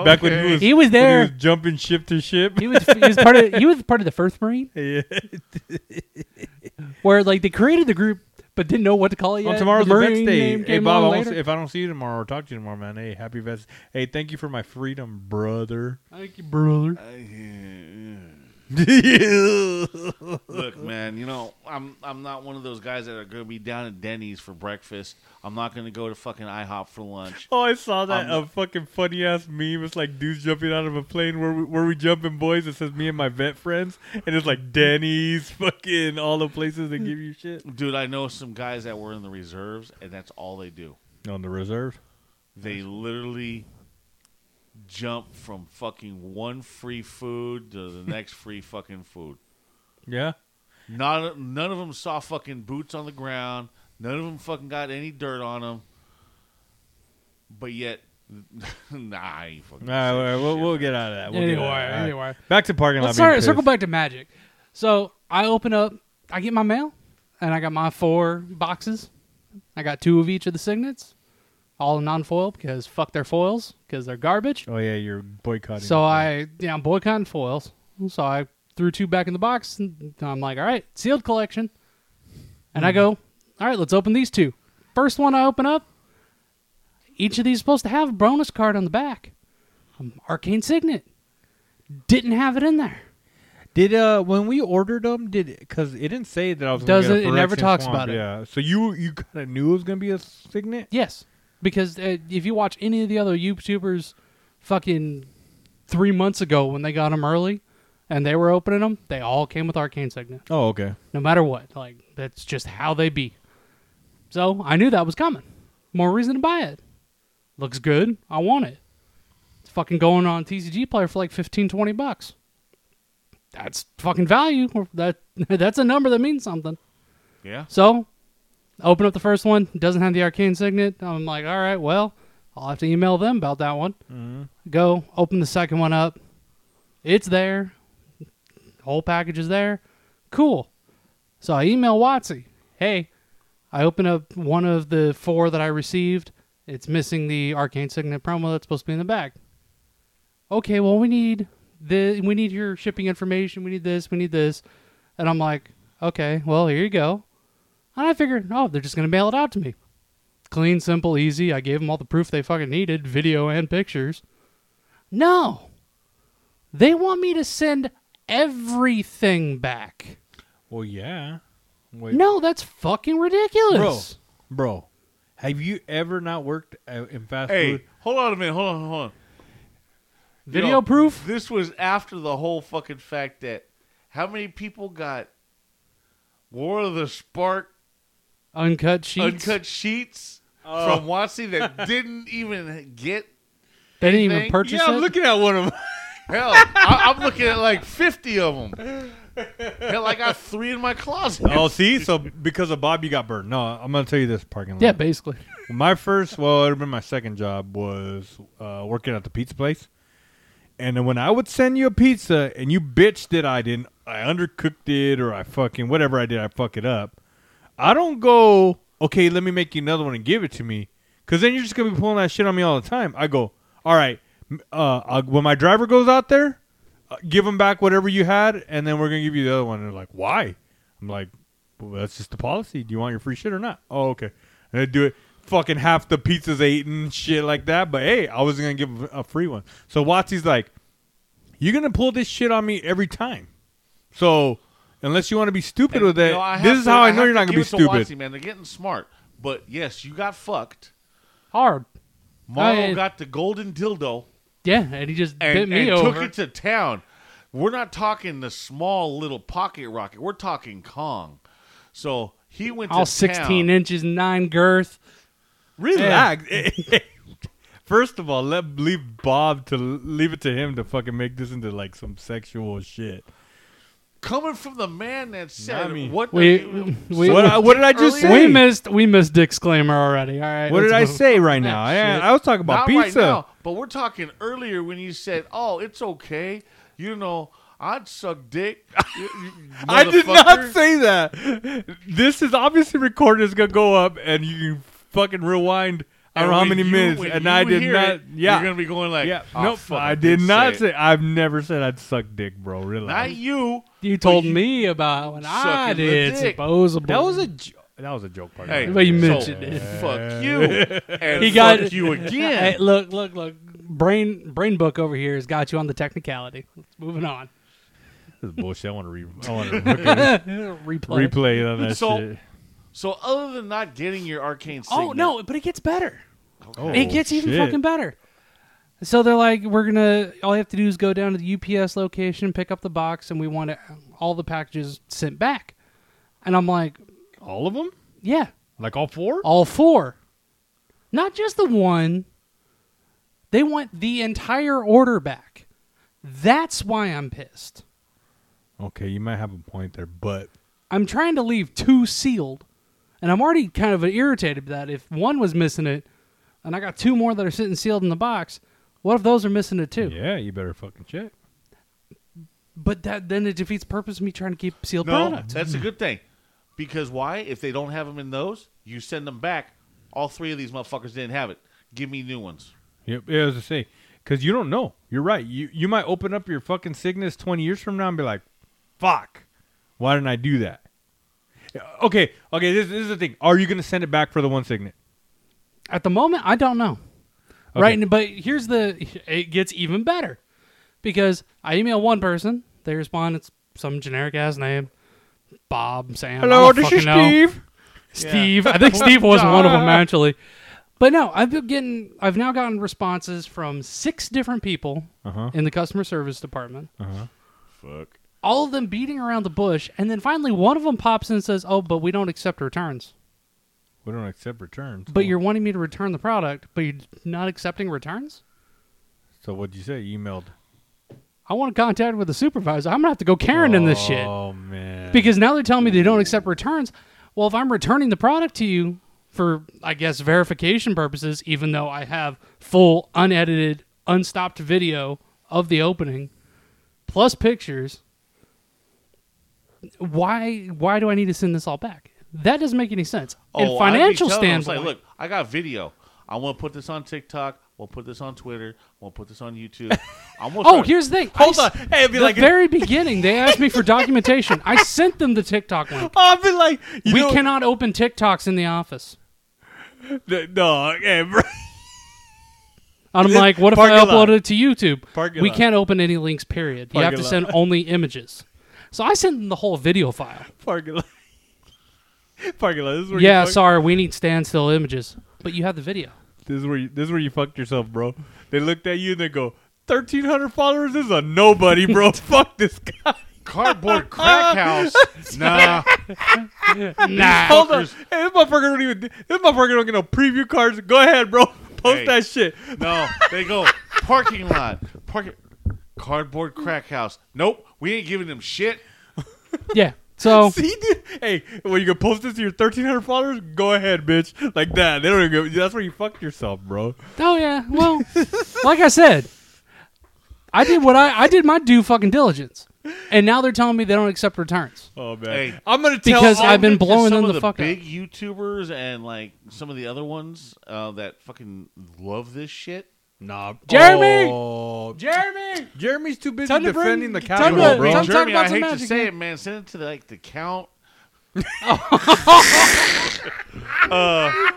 D: Back when
A: okay.
D: he was,
F: He was
D: when
F: there.
D: was jumping ship to ship.
F: He was. he was part of. He was part of the first Marine,
D: Yeah.
F: where like they created the group but didn't know what to call it yet.
D: On tomorrow's
F: the Marine
D: Vets Day.
F: name
D: Hey
F: came
D: Bob, I
F: along
D: won't
F: later.
D: see, if I don't see you tomorrow or talk to you tomorrow, man. Hey, happy Vets. Hey, thank you for my freedom, brother.
F: Thank you, brother.
A: Look, man, you know, I'm I'm not one of those guys that are going to be down at Denny's for breakfast. I'm not going to go to fucking IHOP for lunch.
D: Oh, I saw that
A: Um,
D: a fucking funny ass meme. It's like dudes jumping out of a plane. Where we, where we jumping, boys? It says me and my vet friends, and it's like Denny's, fucking all the places that give you shit
A: Dude, I know some guys that were in the reserves and that's all they do.
D: on the reserve.
A: They literally jump from fucking one free food to the next free fucking food.
D: Yeah,
A: Not none of them saw fucking boots on the ground. None of them fucking got any dirt on them. But yet, nah, I ain't fucking.
D: all right, all right, we'll, we'll get out of that. We'll get
F: Anyway,
D: out of that. All right.
F: anyway.
D: back to parking lot.
F: Let's start,
D: being
F: circle
D: pissed.
F: back to magic. So I open up, I get my mail, and I got my four boxes. I got two of each of the signets, all non-foil because fuck their foils because they're garbage.
D: Oh yeah, you're boycotting.
F: So I, you know, I'm boycotting foils. So I threw two back in the box, and I'm like, all right, sealed collection. And I go, all right, let's open these two. First one I open up, each of these is supposed to have a bonus card on the back. Um, Arcane Signet. Didn't have it in there.
D: Did uh when we ordered them, did because it didn't say that I was gonna get
F: Doesn't-
D: a
F: it never
D: Phyrexian
F: talks
D: Swamp,
F: about it.
D: Yeah, so you you kind of knew it was gonna be a signet.
F: Yes, because uh, if you watch any of the other YouTubers, fucking three months ago when they got them early, and they were opening them, they all came with arcane signet,
D: Oh okay.
F: no matter what. Like that's just how they be. So I knew that was coming. More reason to buy it. Looks good. I want it. It's fucking going on TCG player for like 15, 20 bucks. That's fucking value. That that's a number that means something.
A: Yeah.
F: So, open up the first one. Doesn't have the arcane signet. I'm like, all right, well, I'll have to email them about that one. Go open the second one up. It's there. Whole package is there. Cool. So I email Watsy. Hey, I open up one of the four that I received. It's missing the arcane signet promo that's supposed to be in the back. Okay, well we need the we need your shipping information. We need this. We need this. And I'm like, okay, well here you go. And I figured, oh, they're just going to mail it out to me. Clean, simple, easy. I gave them all the proof they fucking needed video and pictures. No. They want me to send everything back.
D: Well yeah. Wait,
F: No, that's fucking
D: bro,
F: ridiculous.
D: bro, have you ever not worked uh, in fast
A: Hey,
D: food?
A: hold on a minute. Hold on. Hold on.
F: Video
A: You know,
F: proof?
A: This was after the whole fucking fact that how many people got War of the Spark
F: Uncut sheets.
A: uncut sheets from Watsy that didn't even get
F: they didn't even
A: anything?
F: purchase
D: Yeah,
F: it.
D: I'm looking at one of them.
A: hell. I, I'm looking at like 50 of them. Hell, I got three in my closet.
D: oh, see, so because of Bob, you got burned. No, I'm gonna tell you this parking lot.
F: yeah, basically.
D: my first well it'd been my second job was uh, working at the pizza place and then when i would send you a pizza and you bitched that i didn't i undercooked it or i fucking whatever i did i fuck it up i don't go okay let me make you another one and give it to me because then you're just gonna be pulling that shit on me all the time i go all right m- uh, I'll, when my driver goes out there uh, give them back whatever you had and then we're gonna give you the other one and they're like why i'm like well, that's just the policy. Do you want your free shit or not? Oh, okay. And they do it. Fucking half the pizzas ate and shit like that. But hey, I was gonna give a free one. So Watsy's like, "You're gonna pull this shit on me every time. So unless you want to be stupid with it,
A: You know, I
D: this
A: have
D: is
A: to-
D: how I, know
A: have
D: you're
A: to
D: not gonna be
A: give it to
D: stupid."
A: Watsy, man, they're getting smart. But yes, you got fucked.
F: Hard.
A: Marlo
F: I-
A: got the golden dildo.
F: Yeah, and he just bit
A: and, and
F: me over.
A: took it to town. We're not talking the small little pocket rocket. We're talking Kong. So he went to
F: all 16
A: town.
F: inches, nine girth.
D: Relax. First of all, let leave Bob to leave it to him to fucking make this into like some sexual shit.
A: coming from the man that said
D: Not me.
A: what
F: We,
A: the-
F: we,
D: What, I- what did I just
A: Earlier-
D: say?
F: we missed we missed disclaimer already. All right.
D: What did
F: let's
D: I
F: move.
D: say right now? I,
F: shit.
D: I was talking about
A: not right
D: pizza.
A: now, but we're talking earlier when you said, "Oh, it's okay." You know, I'd suck dick. you- you
D: I did not
A: motherfucker.
D: say that. This is obviously recorded. It's gonna go up, and you can fucking rewind. I don't
A: And
D: know how
A: when
D: many
A: you-
D: minutes,
A: when
D: and
A: you
D: I did
A: hear
D: not.
A: it,
D: yeah,
A: you're gonna be going like,
D: yeah.
A: "Oh,
D: nope,
A: fuck,
D: I did not say.
A: it."
D: I've never said I'd suck dick, bro. Relax.
A: Not you.
F: You told me about when I
A: Sucking the
F: did
A: dick.
F: supposedly.
D: that was a jo- that was a joke. Part.
A: Hey,
F: Well, you
A: so,
F: mentioned it.
A: Fuck you. And
F: He got-
A: fuck you again.
F: Hey, look, look, look. Brain brain book over here has got you on the technicality. Let's moving on.
D: this is bullshit. I want to re. I want to
F: Replay.
D: replay on that
A: So-
D: shit.
A: So other than not getting your arcane
F: Oh
A: signal,
F: no, but it gets better.
D: Oh,
F: it gets even
D: shit.
F: fucking better. So they're like, we're gonna. All you have to do is go down to the UPS location, pick up the box, and we want it, all the packages sent back. And I'm like,
D: All of them?
F: yeah,
D: Like all four?
F: all four, not just the one. They want the entire order back. That's why I'm pissed.
D: Okay, you might have a point there, but
F: I'm trying to leave two sealed, and I'm already kind of irritated that if one was missing it, and I got two more that are sitting sealed in the box, what if those are missing it too?
D: yeah, you better fucking check.
F: But that then it defeats the purpose of me trying to keep sealed
A: no,
F: products.
A: that's
D: Hmm.
A: a good thing. Because why? If they don't have them in those, you send them back. All three of these motherfuckers didn't have it. Give me new ones.
D: Yep, yeah, as I say, because you don't know. You're right. You you might open up your fucking Cygnus twenty years from now and be like, "Fuck, why didn't I do that?" Okay, okay. This, this is the thing. Are you gonna send it back for the one Signet?
F: At the moment, I don't know.
D: Okay.
F: Right, but here's the it gets even better because I email one person, they respond, it's some generic ass name, Bob, Sam. I don't fucking know. Steve. I think Steve was one of them actually. But no, I've been getting. I've now gotten responses from six different people
D: Uh-huh.
F: in the customer service department.
A: Fuck.
F: All of them beating around the bush, and then finally one of them pops in and says, "Oh, but we don't accept returns.
D: We don't accept returns.
F: But you're wanting me to return the product, but you're not accepting returns.
D: So what'd you say? Emailed.
F: I want to contact with the supervisor. I'm gonna have to go Karen in this shit
D: Oh man.
F: because now they're telling me they don't accept returns. Well, if I'm returning the product to you for, I guess, verification purposes, even though I have full, unedited, unstopped video of the opening plus pictures, why why do I need to send this all back? That doesn't make any sense.
D: Oh,
F: In
A: I'd be
F: financial
A: telling them, Oh, I was
F: standpoint,
A: like, look, I got video. I want to put this on TikTok. We'll put this on Twitter. We'll put this on YouTube. I'm gonna
F: oh,
A: start-
F: here's the thing.
D: hold
F: I
D: on.
F: s-
D: Hey, it'd be
F: The
D: like.
F: very beginning, they asked me for documentation. I sent them the TikTok link.
D: Oh, I'd be like, you
F: we
D: know-
F: cannot open TikToks in the office.
D: Th- No, hey, bro.
F: And I'm like, what if I
D: Parking lot.
F: upload it to YouTube?
D: Parking
F: we
D: lot.
F: can't open any links, period. you have to
D: Parking
F: send only images. So I sent them the whole video file.
D: Parking lot. Parking lot. This is where you
F: yeah,
D: fuck-
F: sorry, we need standstill images. But you have the video.
D: This is where you, this is where you fucked yourself, bro. They looked at you and they go, thirteen hundred followers this is a nobody, bro. Fuck this guy.
A: cardboard crack house. nah,
F: Nah.
D: Hold on, hey, this motherfucker don't even. This motherfucker don't get no preview cards. Go ahead, bro. Post
A: Hey.
D: that shit.
A: no. They go parking lot, parking, cardboard crack house. Nope, we ain't giving them shit.
F: Yeah. So
D: See, dude. Hey, when you can post this to your thirteen hundred followers, go ahead, bitch. Like that. They don't even. Go, that's where you fucked yourself, bro.
F: Oh yeah. Well like I said, I did what I I did my due fucking diligence. And now they're telling me they don't accept returns.
D: Oh man,
A: Hey.
D: I'm gonna tell
F: Because
D: all
F: I've been
D: the-
F: blo- blowing
A: some
F: them
A: of
F: the fuck up.
A: big YouTubers and like some of the other ones uh, that fucking love this shit.
D: Nah,
F: Jeremy!
D: Oh,
F: Jeremy
D: Jeremy's too busy
F: Time to bring-
D: defending the
F: time
D: cow,
F: to-
A: Well,
D: bro.
F: time to-
A: Jeremy,
F: about
A: I
F: some
A: hate to
F: magic,
A: say
F: man.
A: it, man. Send it to like the count. uh, oh,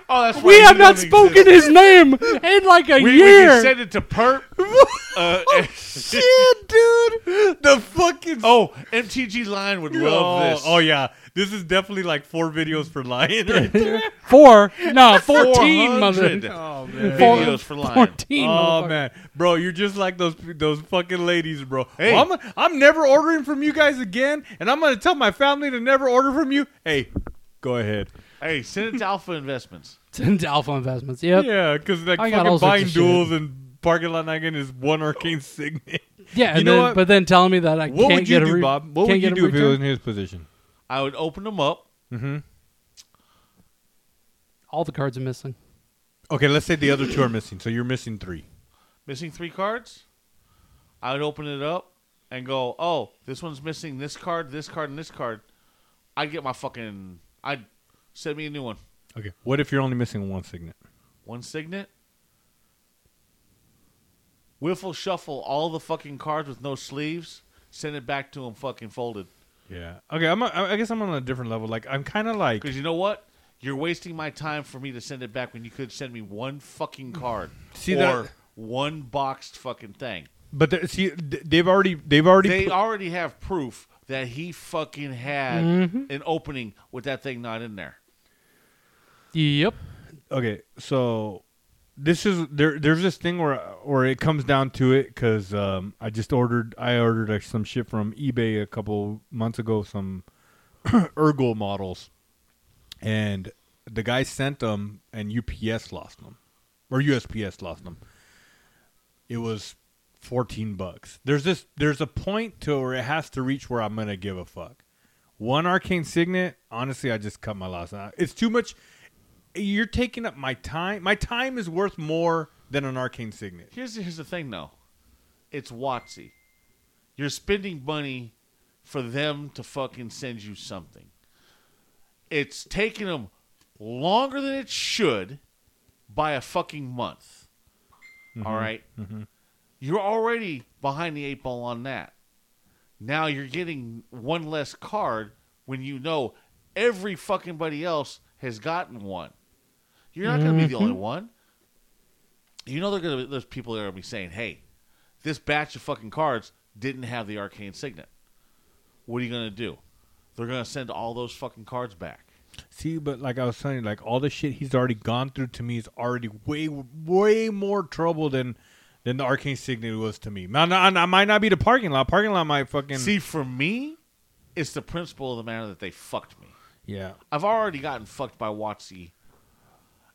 A: that's
F: We
A: right,
F: have
A: he
F: not
A: doesn't
F: spoken
A: exist.
F: his name in like a
A: We, we
F: year.
A: can send it to Perp. Uh,
F: Oh,
D: Shit, dude. The fucking.
A: oh, MTG Line would love
D: oh,
A: this.
D: oh, yeah. This is definitely like four videos for Lion right there.
F: Four? No, fourteen, mother.
A: 400
D: oh, man.
F: Four-
A: videos for Lion.
F: Fourteen.
D: Oh
F: motherfucker.
D: man, bro, you're just like those those fucking ladies, bro.
A: Hey.
D: Well, I'm I'm never ordering from you guys again, and I'm gonna tell my family to never order from you. Hey, go ahead.
A: Hey, send it to Alpha Investments.
F: Into Alpha Investments. Yep. Yeah.
D: Yeah, because like
F: I got all
D: fucking buying
F: sorts of
D: duels and parking lot nagging is one arcane signet.
F: and
D: You know
F: then,
D: what?
F: But then telling me that I
D: What
F: can't
D: would you
F: get a
D: do,
F: re-
D: Bob? What
F: can't
D: would you
F: get a
D: do if you
F: return?
D: was in his position?
A: I would open them up.
F: All the cards are missing.
D: Okay, let's say the other two are missing, so you're missing three.
A: missing three cards, I would open it up and go, oh, this one's missing this card, this card, and this card. I'd get my fucking. I'd send me a new one.
D: Okay, what if you're only missing one signet?
A: One signet. Wiffle shuffle all the fucking cards with no sleeves. Send it back to him fucking folded.
D: Yeah. Okay, I'm. A, I guess I'm on a different level. Like I'm kind of like
A: Because you know what? You're wasting my time for me to send it back when you could send me one fucking card.
D: See
A: or
D: that-
A: one boxed fucking thing.
D: But there- see, th- they've already they've already
A: they
D: put-
A: already have proof that he fucking had
D: Mm-hmm.
A: an opening with that thing not in there.
F: Yep.
D: okay. So this is there. There's this thing where where it comes down to it because um, I just ordered I ordered like, some shit from eBay a couple months ago. Some Ergol models, and the guy sent them, and UPS lost them, or USPS lost them. It was fourteen bucks. There's this. There's a point to where it has to reach where I'm gonna give a fuck. One arcane signet. Honestly, I just cut my loss. Uh, It's too much. You're taking up my time. My time is worth more than an arcane signet.
A: Here's here's the thing though, it's Watsy. You're spending money for them to fucking send you something. It's taking them longer than it should by a fucking month. All right? You're already behind the eight ball on that. Now you're getting one less card when you know every fucking buddy else has gotten one. You're not going to be the only one. You know they're going to there's people that are going to be saying, "Hey, this batch of fucking cards didn't have the arcane signet. What are you going to do? They're going to send all those fucking cards back."
D: See, but like I was telling you, like all the shit he's already gone through to me is already way, way more trouble than than the arcane signet was to me. Now, now, now, it might not be the parking lot. Parking lot might fucking
A: See, for me, it's the principle of the matter that they fucked me.
D: Yeah,
A: I've already gotten fucked by Watsy,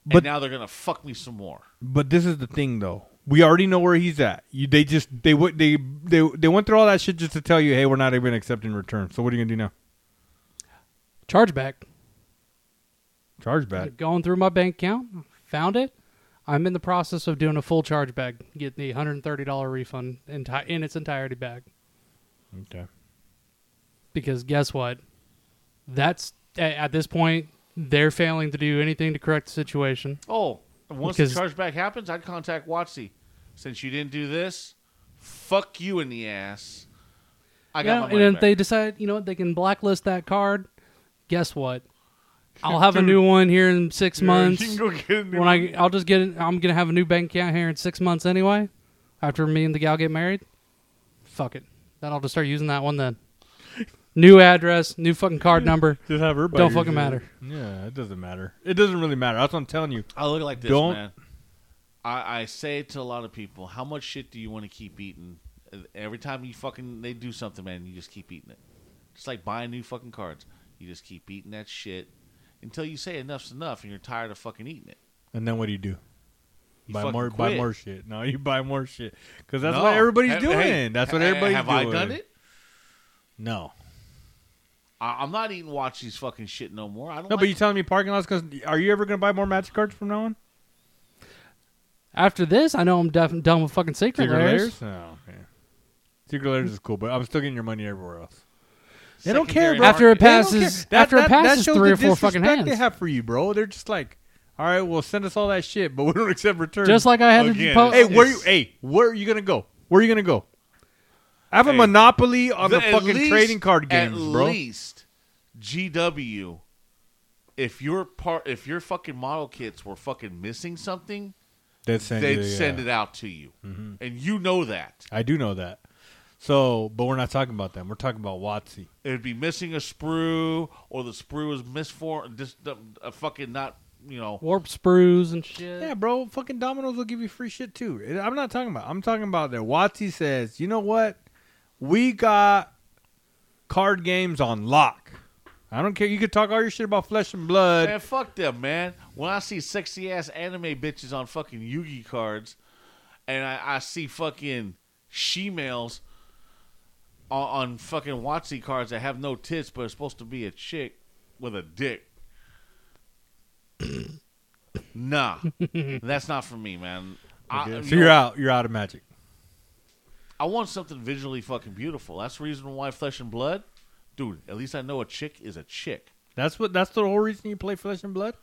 A: but
D: But-
A: now they're gonna fuck me some more.
D: but this is the thing though. We already know where he's at. You, they just they went they they they went through all that shit just to tell you, hey, we're not even accepting return. So what are you gonna do now?
F: Chargeback.
D: Charge back.
F: Going through my bank account, found it. I'm in the process of doing a full chargeback, getting the $130 refund enti- in its entirety back.
D: Okay.
F: because guess what? That's a- at this point they're failing to do anything to correct the situation.
A: Oh, and once
F: Because-
A: the chargeback happens, I'd contact Watsy. Since you didn't do this, fuck you in the ass. I got
F: Yeah,
A: my
F: and
A: money
F: if
A: back.
F: they decide, you know, what, they can blacklist that card. Guess what? I'll have a new one here in six months.
A: You can go get a new
F: when I, I'll just get. it- I'm gonna have a new bank account here in six months anyway. After me and the gal get married, fuck it. Then I'll just start using that one then. New address, new fucking card number.
D: Just have her.
F: Don't fucking matter.
D: Yeah, it doesn't matter. It doesn't really matter. That's what I'm telling you.
A: I look like this,
D: Don't-
A: man. I, I say it to a lot of people. How much shit do you want to keep eating? Every time you fucking they do something, man, you just keep eating it. Just like buying new fucking cards, you just keep eating that shit until you say enough's enough and you're tired of fucking eating it.
D: And then what do you do?
A: You
D: buy
A: fucking
D: more, buy
A: quit.
D: more shit. No, you buy more shit because that's
A: No.
D: what everybody's
A: Hey,
D: doing.
A: hey,
D: that's what
A: ha-
D: everybody's
A: have
D: doing.
A: I done it?
D: No,
A: I, I'm not eating watch these fucking shit no more. I don't.
D: no.
A: like
D: But you telling me parking lots? Because are you ever going to buy more magic cards from now on?
F: After this, I know I'm def- done with fucking secret, layers.
D: No. Oh, Okay. Secret layers is cool, but I'm still getting your money everywhere else.
F: They don't
A: secondary
F: care about- After it
D: They don't
F: passes-
D: care. That-
F: after it
D: that- that
F: passes
D: shows
F: three
D: the
F: or four fucking
D: disrespect They
F: hands.
D: have for you, bro. They're just like, all right, well, send us all that shit, but we don't accept return.
F: Just like I had to
A: Again,
F: po-
D: Hey, where you? Hey, where are you gonna go? Where are you gonna go? I have a
A: Hey.
D: monopoly on the
A: At
D: fucking
A: least-
D: trading card games,
A: at
D: bro.
A: least GW. If your part, if your fucking model kits were fucking missing something,
D: They'd send
A: they'd
D: you,
A: send
D: yeah. Mm-hmm.
A: it out to you, and you know that
D: I do know that. So, but we're not talking about them. We're talking about Watsy.
A: it would be missing a sprue, or the sprue is misformed, just uh, uh, fucking not, you know.
F: Warp sprues and shit.
D: Yeah, bro. Fucking Domino's will give you free shit too. It- I'm not talking about. I'm talking about that. Watsy says, you know what? We got card games on lock. I don't care. You could talk all your shit about flesh and blood.
A: Man, fuck them, man. When I see sexy ass anime bitches on fucking Yugi cards, and I, I see fucking she males on, on fucking Watsy cards that have no tits but are supposed to be a chick with a dick. nah, that's not for me, man. I, you
D: so
A: know,
D: you're out. You're out of magic.
A: I want something visually fucking beautiful. That's the reason why Flesh and Blood, dude. At least I know a chick is a chick.
D: That's what. That's the whole reason you play flesh and blood.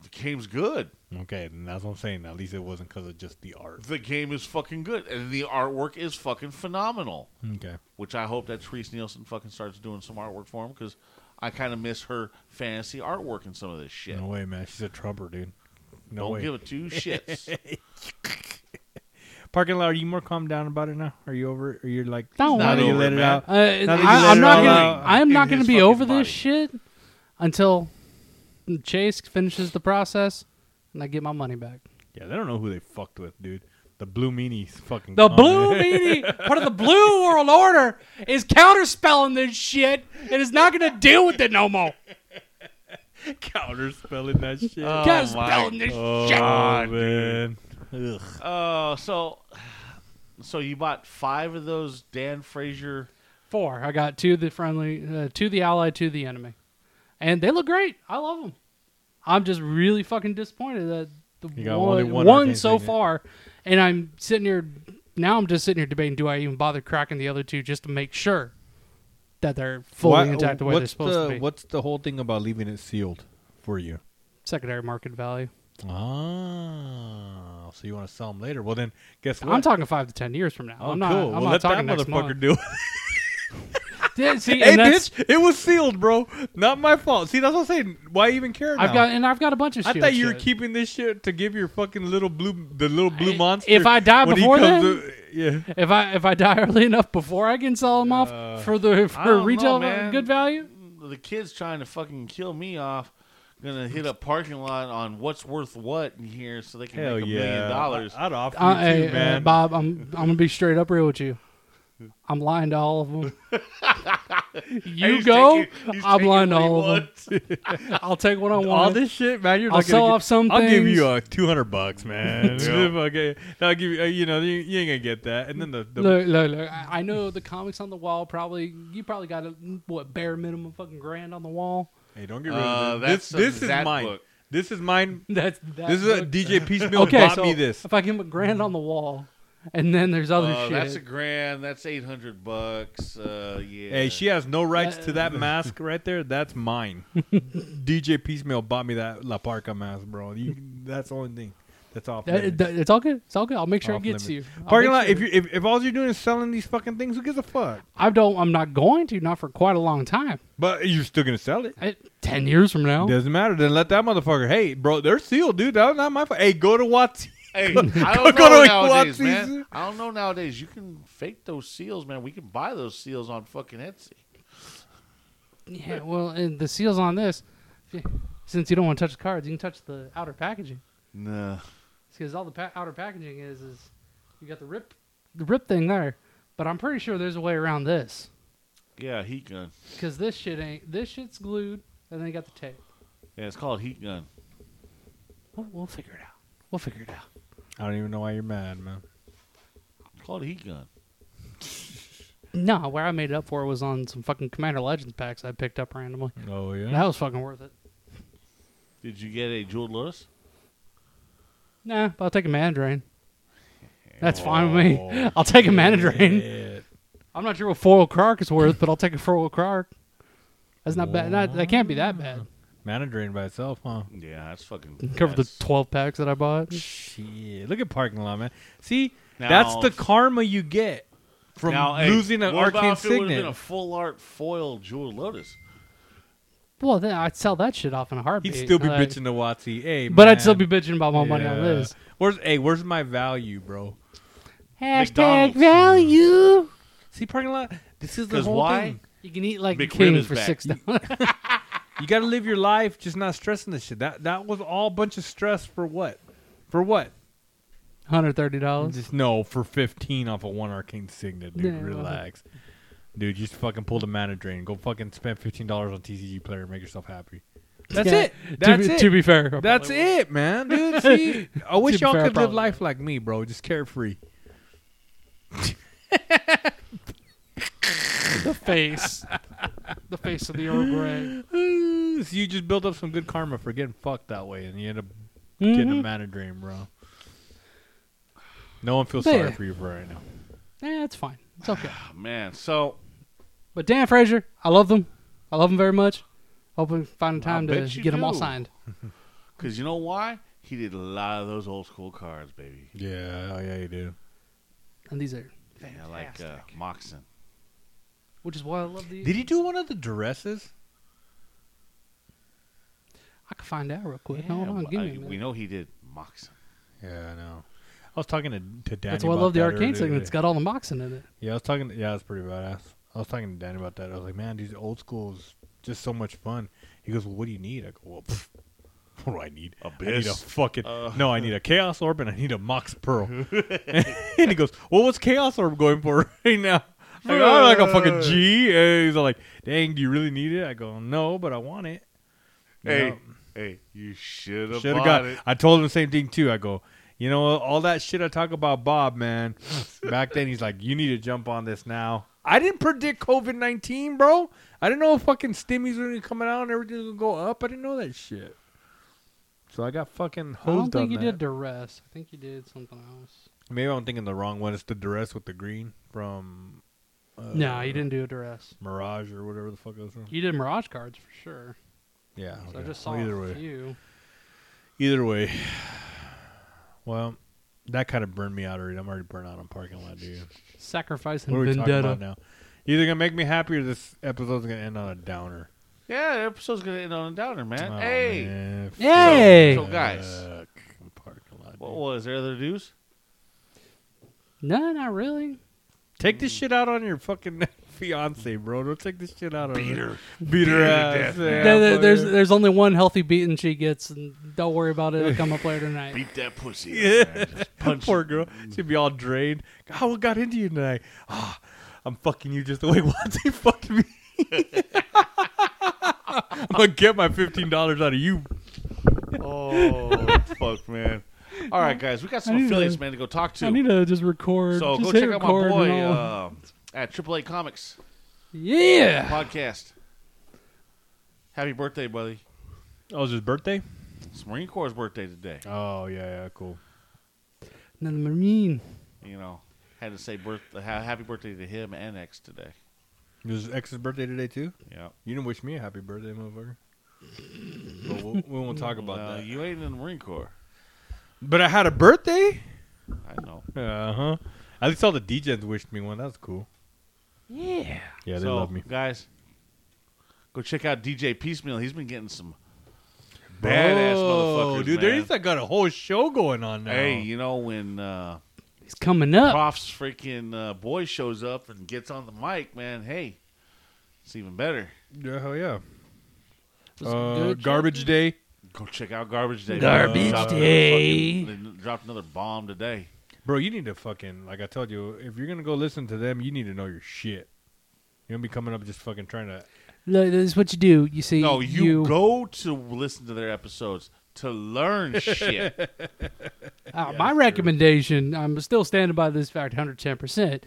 A: The game's good.
D: Okay, then that's what I'm saying. At least it wasn't because of just the art.
A: The game is fucking good, and the artwork is fucking phenomenal.
D: Okay.
A: Which I hope that Therese Nielsen fucking starts doing some artwork for him because I kind of miss her fantasy artwork in some of this shit.
D: No way, man. She's a trumper, dude. No
A: Don't
D: way.
A: give it two shits.
D: Parking lot. Are you more calmed down about it now? Are you over? it? Are you like?
F: No,
D: now
A: not
D: that you
A: over
D: let
A: it,
D: it
A: man.
D: out.
F: Uh, I,
D: that you let
F: I'm
D: it
F: not
D: all
F: gonna.
D: out
F: I am
A: in
F: not gonna
A: his
F: be
A: fucking
F: over
A: body.
F: this shit until Chase finishes the process and I get my money back.
D: Yeah, they don't know who they fucked with, dude. The blue meanies fucking.
F: The
D: gone.
F: blue meanie, Oh, part of the blue world order, is counterspelling this shit and is not gonna deal with it no more.
D: counter spelling that shit.
A: Oh,
F: counterspelling this shit.
D: oh man. Ugh.
A: Uh, so, so you bought five of those Dan Fraser.
F: Four. I got two of the friendly, uh, two of the ally, two of the enemy, and they look great. I love them. I'm just really fucking disappointed that
D: You
F: the
D: got
F: one,
D: only
F: one,
D: one arcane
F: so
D: thing, yeah.
F: far, and I'm sitting here now. I'm just sitting here debating: Do I even bother cracking the other two just to make sure that they're fully intact the way they're
D: what's
F: supposed
D: the,
F: to be?
D: What's the whole thing about leaving it sealed for you?
F: Secondary market value.
D: Ah, so you want to sell them later? Well, then guess what?
F: I'm talking five to ten years from now.
D: Oh,
F: I'm not.
D: cool.
F: I'm
D: well,
F: not
D: let
F: talking
D: that
F: next
D: motherfucker
F: month.
D: do it.
F: Yeah, See,
D: hey,
F: and that's,
D: bitch, it was sealed, bro. Not my fault. See, that's what I'm saying. Why even care?
F: I've
D: now?
F: got and I've got a bunch of.
D: I
F: shield
D: thought you were
F: shit.
D: keeping this shit to give your fucking little blue, the little blue
F: I-
D: monster.
F: if I die
D: when he
F: before
D: comes
F: then?
D: to- yeah.
F: If I if I die early enough before I can sell them
D: Uh,
F: off for the
A: I
F: for
A: don't know,
F: retail
A: man.
F: good value,
A: The kid's trying to fucking kill me off. Gonna hit a parking lot on what's worth what in here so they can
D: Hell
A: make a
D: yeah.
A: million dollars.
D: I'd offer you
F: I,
D: too,
F: I-
D: man.
F: Uh, Bob, I'm I'm gonna be straight up real with you. I'm lying to all of them. you
A: He's
F: go,
A: taking- he's
F: I'm
A: taking
F: lying to
A: what he
F: all of them.
A: wants.
F: I'll take what I want.
D: all this shit, man. You're
F: I'll
D: not gonna
F: sell
D: get-
F: off some
D: I'll give
F: things.
D: you uh, two hundred bucks, man.
A: Yeah.
D: okay, I'll give you. Uh, you know, you, you ain't gonna get that. And then the, the
F: Look, look, look. I I know the comics on the wall probably, you probably got a, what, bare minimum fucking grand on the wall.
D: hey, don't get rid
A: Uh,
D: of this.
A: that's
D: This, this
A: a
D: is
A: Zat
D: mine.
A: book.
D: This is mine.
F: That's that
D: This is a
F: book.
D: DJ Piecemeal
F: okay,
D: bought
F: so
D: me this.
F: if I give him a grand on the wall, and then there's other
A: Uh,
F: shit.
A: that's a grand. That's eight hundred bucks. Uh, yeah.
D: Hey, she has no rights to that mask right there. That's mine. DJ Piecemeal bought me that La Parca mask, bro. You, that's the only thing. That's off.
F: That-
D: limits.
F: that- it's all good. It's all good. I'll make sure
D: Off
F: it gets
D: limits.
F: you. I'll
D: Parking
F: make
D: lot.
F: sure.
D: If you if, if all you're doing is selling these fucking things, who gives a fuck?
F: I don't, I'm not going to not for quite a long time.
D: But you're still gonna sell it.
F: I- Ten years from now,
D: Doesn't matter. Then let that motherfucker. Hey, bro, they're sealed, dude. That was not my fault. Hey, go to Watts.
A: Hey, I
D: Go-
A: don't
D: go
A: know
D: to
A: nowadays,
D: Watsy's.
A: man. I don't know nowadays. You can fake those seals, man. We can buy those seals on fucking Etsy.
F: yeah. Well, and the seals on this, yeah, since you don't want to touch the cards, you can touch the outer packaging
A: No.
F: because all the pa- outer packaging is is you got the rip the rip thing there. But I'm pretty sure there's a way around this
A: Yeah, heat gun.
F: because this shit ain't this shit's glued, and then you got the tape.
A: Yeah, it's called heat gun.
F: We'll, we'll figure it out. We'll figure it out.
D: I don't even know why you're mad, man.
A: It's called heat gun.
F: No, where I made it up for was on some fucking Commander Legends packs I picked up randomly.
D: Oh yeah.
F: That was fucking worth it.
A: Did you get a jeweled lotus?
F: Nah, but I'll take a Mandarin. That's fine with me. I'll take a Mandarin. I'm not sure what foil croc is worth, but I'll take a foil croc. That's not bad. Not, that can't be that bad.
D: Mandarin by itself, huh?
A: Yeah, that's fucking.
F: Cover
A: that's-
F: the 12 packs that I bought.
D: Shit. Look at parking lot, man. See,
A: Now-
D: that's the karma you get from
A: Now, hey,
D: losing an
A: what about
D: arcane
A: if it would've
D: signet.
A: Been a full art foil jeweled lotus.
F: Well, then I'd sell that shit off in a heartbeat.
D: He'd still be
F: like-
D: bitching to Watsy. Hey,
F: But I'd still be
D: man."
F: bitching about my money on
D: Yeah.
F: this.
D: Where's hey? Where's my value, bro?
F: Hashtag
A: McDonald's.
F: value.
D: See parking lot. This is the
A: Because
D: whole
A: why?
D: thing.
F: You can eat like a
A: McRib
F: king
A: is
F: for
A: back.
F: six dollars.
D: You got to live your life, just not stressing this shit. That that was all a bunch of stress for what? For what?
F: Hundred thirty dollars.
D: Just no for fifteen off of one arcane signet, dude.
F: Yeah.
D: Relax, dude. Just fucking pull the mana drain. Go fucking spend fifteen dollars on TCG player and make yourself happy. That's
F: Yeah.
D: it. That's
F: to be,
D: it.
F: To be fair,
D: That's it, man, dude. See, I wish
F: be
D: y'all
F: fair,
D: could live
F: probably.
D: life like me, bro. Just carefree.
F: the face, the face of the Earl Grey.
D: Ooh, so you just build up some good karma for getting fucked that way, and you end up getting
F: Mm-hmm.
D: a mana drain, bro. No one feels
F: But
D: sorry
F: yeah.
D: for you for right now.
F: Yeah, Eh, it's fine. It's okay.
A: Ah, man. So
F: But Dan Frazier, I love them. I love them very much. Hope we find the
A: I
F: time to
A: bet you
F: get them all
A: do.
F: signed.
A: because you know why he did a lot of those old school cards, baby.
D: Yeah, yeah, you do.
F: And these are,
A: Yeah, like uh, Moxon.
F: which is why I love these.
D: Did he do one of the dresses?
F: I can find out real quick.
A: Yeah,
F: Hold on,
A: uh,
F: give me a
A: we
F: minute.
A: know he did Moxon.
D: Yeah, I know. I was talking to to Danny.
F: That's why I
D: about
F: love the
D: that
F: arcane
D: earlier
F: segment. It's
D: today.
F: got all the boxing in it.
D: Yeah, I was talking. To, yeah, it's pretty badass. I was talking to Danny about that. I was like, man, these old schools just so much fun. He goes, well, what do you need? I go, well, pff, what do I need? I need a
A: Abyss.
D: fucking no. I need a chaos orb and I need a mox pearl. and he goes, well, what's chaos orb going for right now? I go, I'm like a fucking G. And he's like, dang, do you really need it? I go, no, but I want it. You know?
A: Hey, hey, you should have
D: Should have
A: bought
D: got.
A: it.
D: I told him the same thing too. I go, you know, all that shit I talk about Bob, man. Back then, he's like, you need to jump on this now. I didn't predict COVID nineteen, bro. I didn't know fucking stimmies were gonna come out and everything was gonna go up. I didn't know that shit. So I got fucking
F: I don't
D: hosed
F: think
D: on
F: you
D: that.
F: did duress. I think you did something else.
D: Maybe I'm thinking the wrong one. It's the duress with the green from Uh,
F: no, you didn't do a duress.
D: Mirage or whatever the fuck it was. From.
F: You did mirage cards for sure.
D: Yeah.
F: So I
D: okay.
F: just saw
D: Well, either
F: a
D: way.
F: few.
D: Either way, well, that kind of burned me out already. I'm already burnt out on parking lot, dude.
F: Sacrifice
D: What are
F: and
D: we talking about
F: vendetta.
D: now? Either gonna make me happy or this episode's gonna end on a downer.
A: Yeah, the episode's gonna end on a downer, man.
D: Oh,
A: hey,
D: man,
F: Eh, Hey!
A: So, guys.
D: fuck, parking lot, dude.
A: what was there other news?
F: No, not really.
D: Take this shit out on your fucking fiance, bro. Don't take this shit out on her. Beat her ass. Yeah,
F: There- there-
D: fuck
F: there's
D: her.
F: there's only one healthy beating she gets, and don't worry about it. It'll come up later tonight.
A: Beat that pussy.
D: Yeah.
A: up, man. Just punch
D: Poor
A: it.
D: girl. She'd be all drained. God, what got into you tonight? Ah, I'm fucking you just the way Watsy fucked me. I'm gonna get my fifteen dollars out of you.
A: Oh fuck, man. All right, guys, we got
F: I
A: some
F: need
A: affiliates,
F: to-
A: man, to go talk to.
F: I need to just record.
A: so go
F: just hit
A: check out my
F: record and
A: boy
F: all.
A: uh, at AAA Comics
F: yeah.
A: podcast. Happy birthday, buddy!
D: Oh, was his birthday?
A: It's Marine Corps' birthday today.
D: Oh yeah, yeah, cool.
F: Another marine.
A: You know, had to say birth- ha- happy birthday to him and X today.
D: It was X's birthday today too.
A: Yeah,
D: You didn't wish me a happy birthday, motherfucker. but we'll, we won't talk about
A: Uh,
D: that.
A: you ain't in the Marine Corps.
D: But I had a birthday.
A: I know.
D: Uh huh. At least all the DJs wished me one. That was cool.
F: Yeah.
D: Yeah,
A: so, guys. Go check out DJ Piecemeal. He's been getting some badass
D: Whoa,
A: motherfuckers,
D: dude.
A: man.
D: They just like, got a whole show going on now.
A: Hey, you know when uh,
F: He's coming up.
A: Prof's freaking uh, boy shows up and gets on the mic, man. Hey, it's even better.
D: yeah, hell yeah.
F: It's
D: Uh,
F: good shit.
D: garbage day.
A: Go check out Garbage Day.
F: Garbage
A: Dropped another
F: Day.
A: fucking- they dropped another bomb today.
D: Bro, you need to fucking like I told you, if you're gonna go listen to them, you need to know your shit. You don't be coming up just fucking trying to
F: Look, this is what you do. You see,
A: No, you, go to listen to their episodes to learn shit.
F: Uh, my recommendation, I'm still standing by this fact 110%.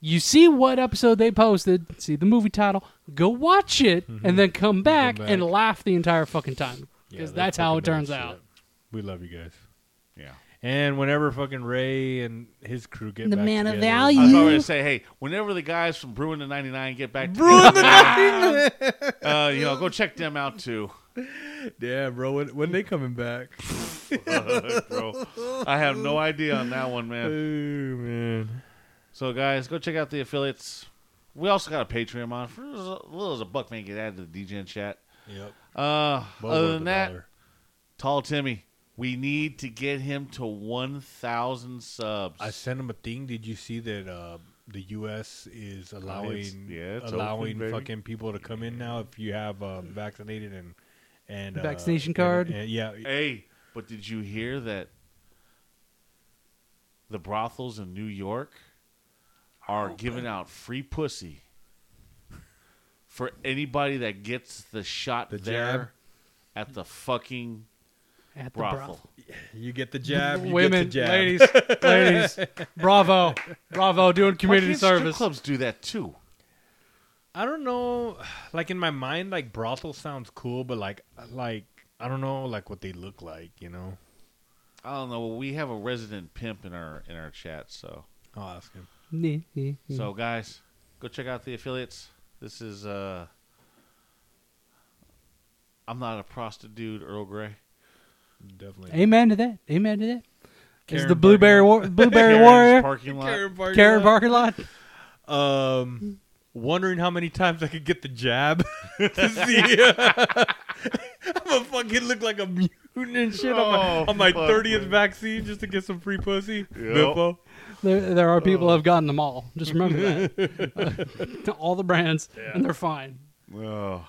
F: You see what episode they posted, see the movie title, go watch it, and then come back,
D: Mm-hmm. back.
F: and laugh the entire fucking time.
D: Yeah,
F: Because
D: they
F: that's how
D: fucking
F: it
D: know
F: turns
D: shit.
F: out.
D: We love you guys.
A: yeah.
D: And whenever fucking Ray and his crew get
F: The
D: back
F: man of
D: together-
F: value.
A: I was already to say, hey, whenever the guys from Brewing the 99 get back to Brewing the uh, you know, go check them out too.
D: Yeah, bro. When, when they coming back?
A: Uh, Bro, I have no idea on that one,
D: Oh
A: man.
D: man.
A: So guys, go check out the affiliates. We also got a Patreon on for as little as a buck may get added to the DGen chat.
D: Yep.
A: Uh,
D: But
A: other
D: worth
A: than
D: a
A: that,
D: dollar.
A: Tall Timmy, we need to get him to 1,000 subs.
D: I sent him a thing. Did you see that uh, the U.S. is allowing
A: yeah, it's
D: allowing
A: open, baby.
D: fucking people to come in now if you have uh, vaccinated and and uh,
F: Vaccination
D: and-
F: card?
D: and- yeah,
A: Hey, but did you hear that the brothels in New York are giving out free pussy for anybody that gets the shot
D: The
A: there at the fucking
F: at the
A: brothel.
F: brothel.
D: you get the jab. You
F: Women,
D: get the jab.
F: ladies, ladies, bravo, bravo, doing
A: Why
F: community
A: can't strip
F: service.
A: clubs do that too.
D: I don't know. Like in my mind, like brothel sounds cool, but like like I don't know like what they look like. You know.
A: I don't know. We have a resident pimp in our in our chat, so
D: I'll ask him.
F: Nee, nee, nee.
A: so guys, go check out the affiliates. This is uh, I'm not a prostitute, Earl Grey.
D: Definitely.
F: Amen to that. Amen to that. It's
D: Karen
F: the blueberry war- blueberry
A: Karen's
F: warrior,
A: parking lot.
D: Parker.
F: Karen Parker lot.
D: Um, wondering how many times I could get the jab to see. I'm gonna fucking look like a mutant and shit on my,
A: Oh,
D: on my
A: fuck,
D: 30th
A: man.
D: vaccine just to get some free pussy. Biffo.
F: There, there are
D: Oh.
F: people who have gotten them all. Just remember that. To all the brands, and they're fine.
A: Oh,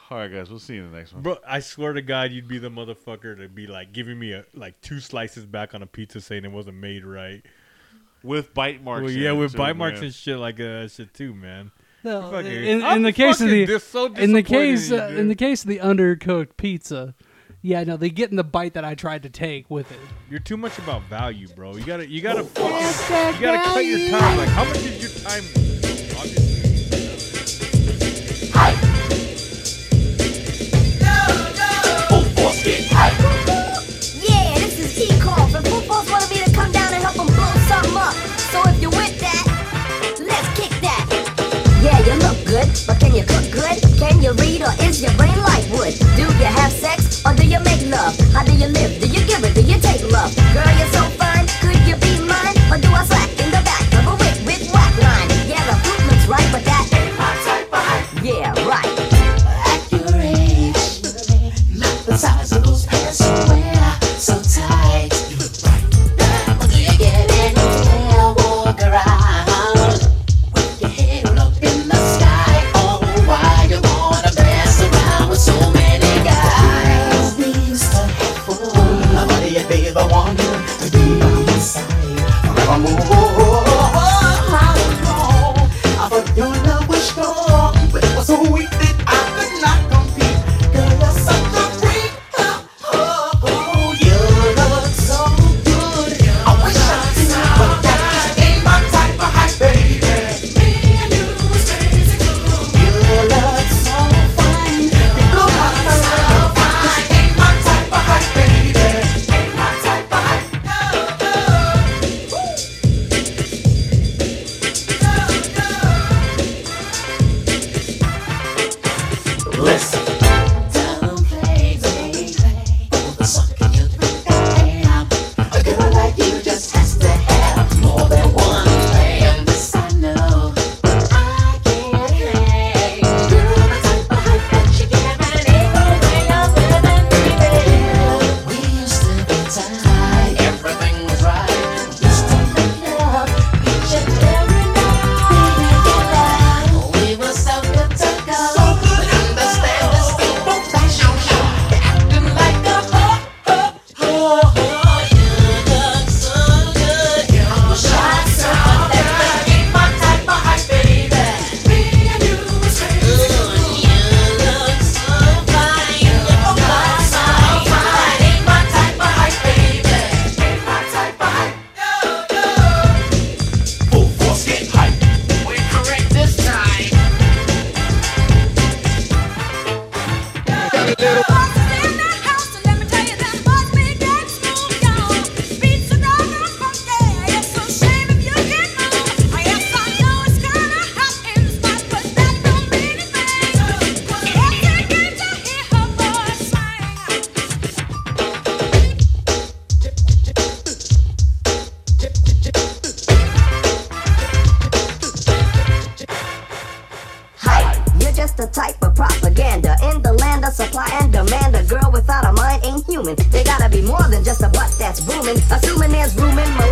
A: all right, guys. We'll see you in the next one.
D: Bro, I swear to God, you'd be the motherfucker to be like giving me a, like two slices back on a pizza saying it wasn't made right.
A: With bite marks.
D: Well,
A: in
D: yeah,
A: it,
D: with
A: too,
D: bite marks
A: man.
D: and shit like uh, that shit too, man.
F: No,
D: Fucking-
F: in, in
D: I'm
F: the case of
D: fucking
F: the
D: dis- so
F: in the
D: disappointed
F: case
D: you,
F: uh,
D: dude.
F: in the case of the undercooked pizza, yeah, no, they get in the bite that I tried to take with it.
D: You're too much about value, bro. You gotta, you gotta, fucking, you gotta cut your time. Like, how much is your time? Obviously.
G: Yeah, this is T-Call, and footballs wanted me to come down and help them blow something up. So if you're with that, let's kick that. Yeah, you look good, but can you cook good? Can you read or is your brain like wood? Do you have sex or do you make love? How do you live? Do you give it? Do you take love? Girl, you're so fine, could you be mine? Or do I slack in the back of a whip with whack line? Yeah, the food looks right, but that ain't my type of hype. Yeah, right.
H: The size of those pants you wear, so tight. But you get it, and walk around with your head up in the sky. Oh, why you wanna dance around with so many guys? These are helpful. My buddy, if they ever want you to be by my side forevermore. I was wrong. I thought your love was strong, but it was so weak that I could not compete. Girl, you're such a freak. Oh, oh, you look so good. I wish I could, but that just ain't my type of hype, baby. You look so fine. You look so fine. Ain't my type of hype, baby. Ain't my type of hype. No, no.
G: human. They gotta be more than just a butt that's booming. Assuming there's room in my "Uh-uh,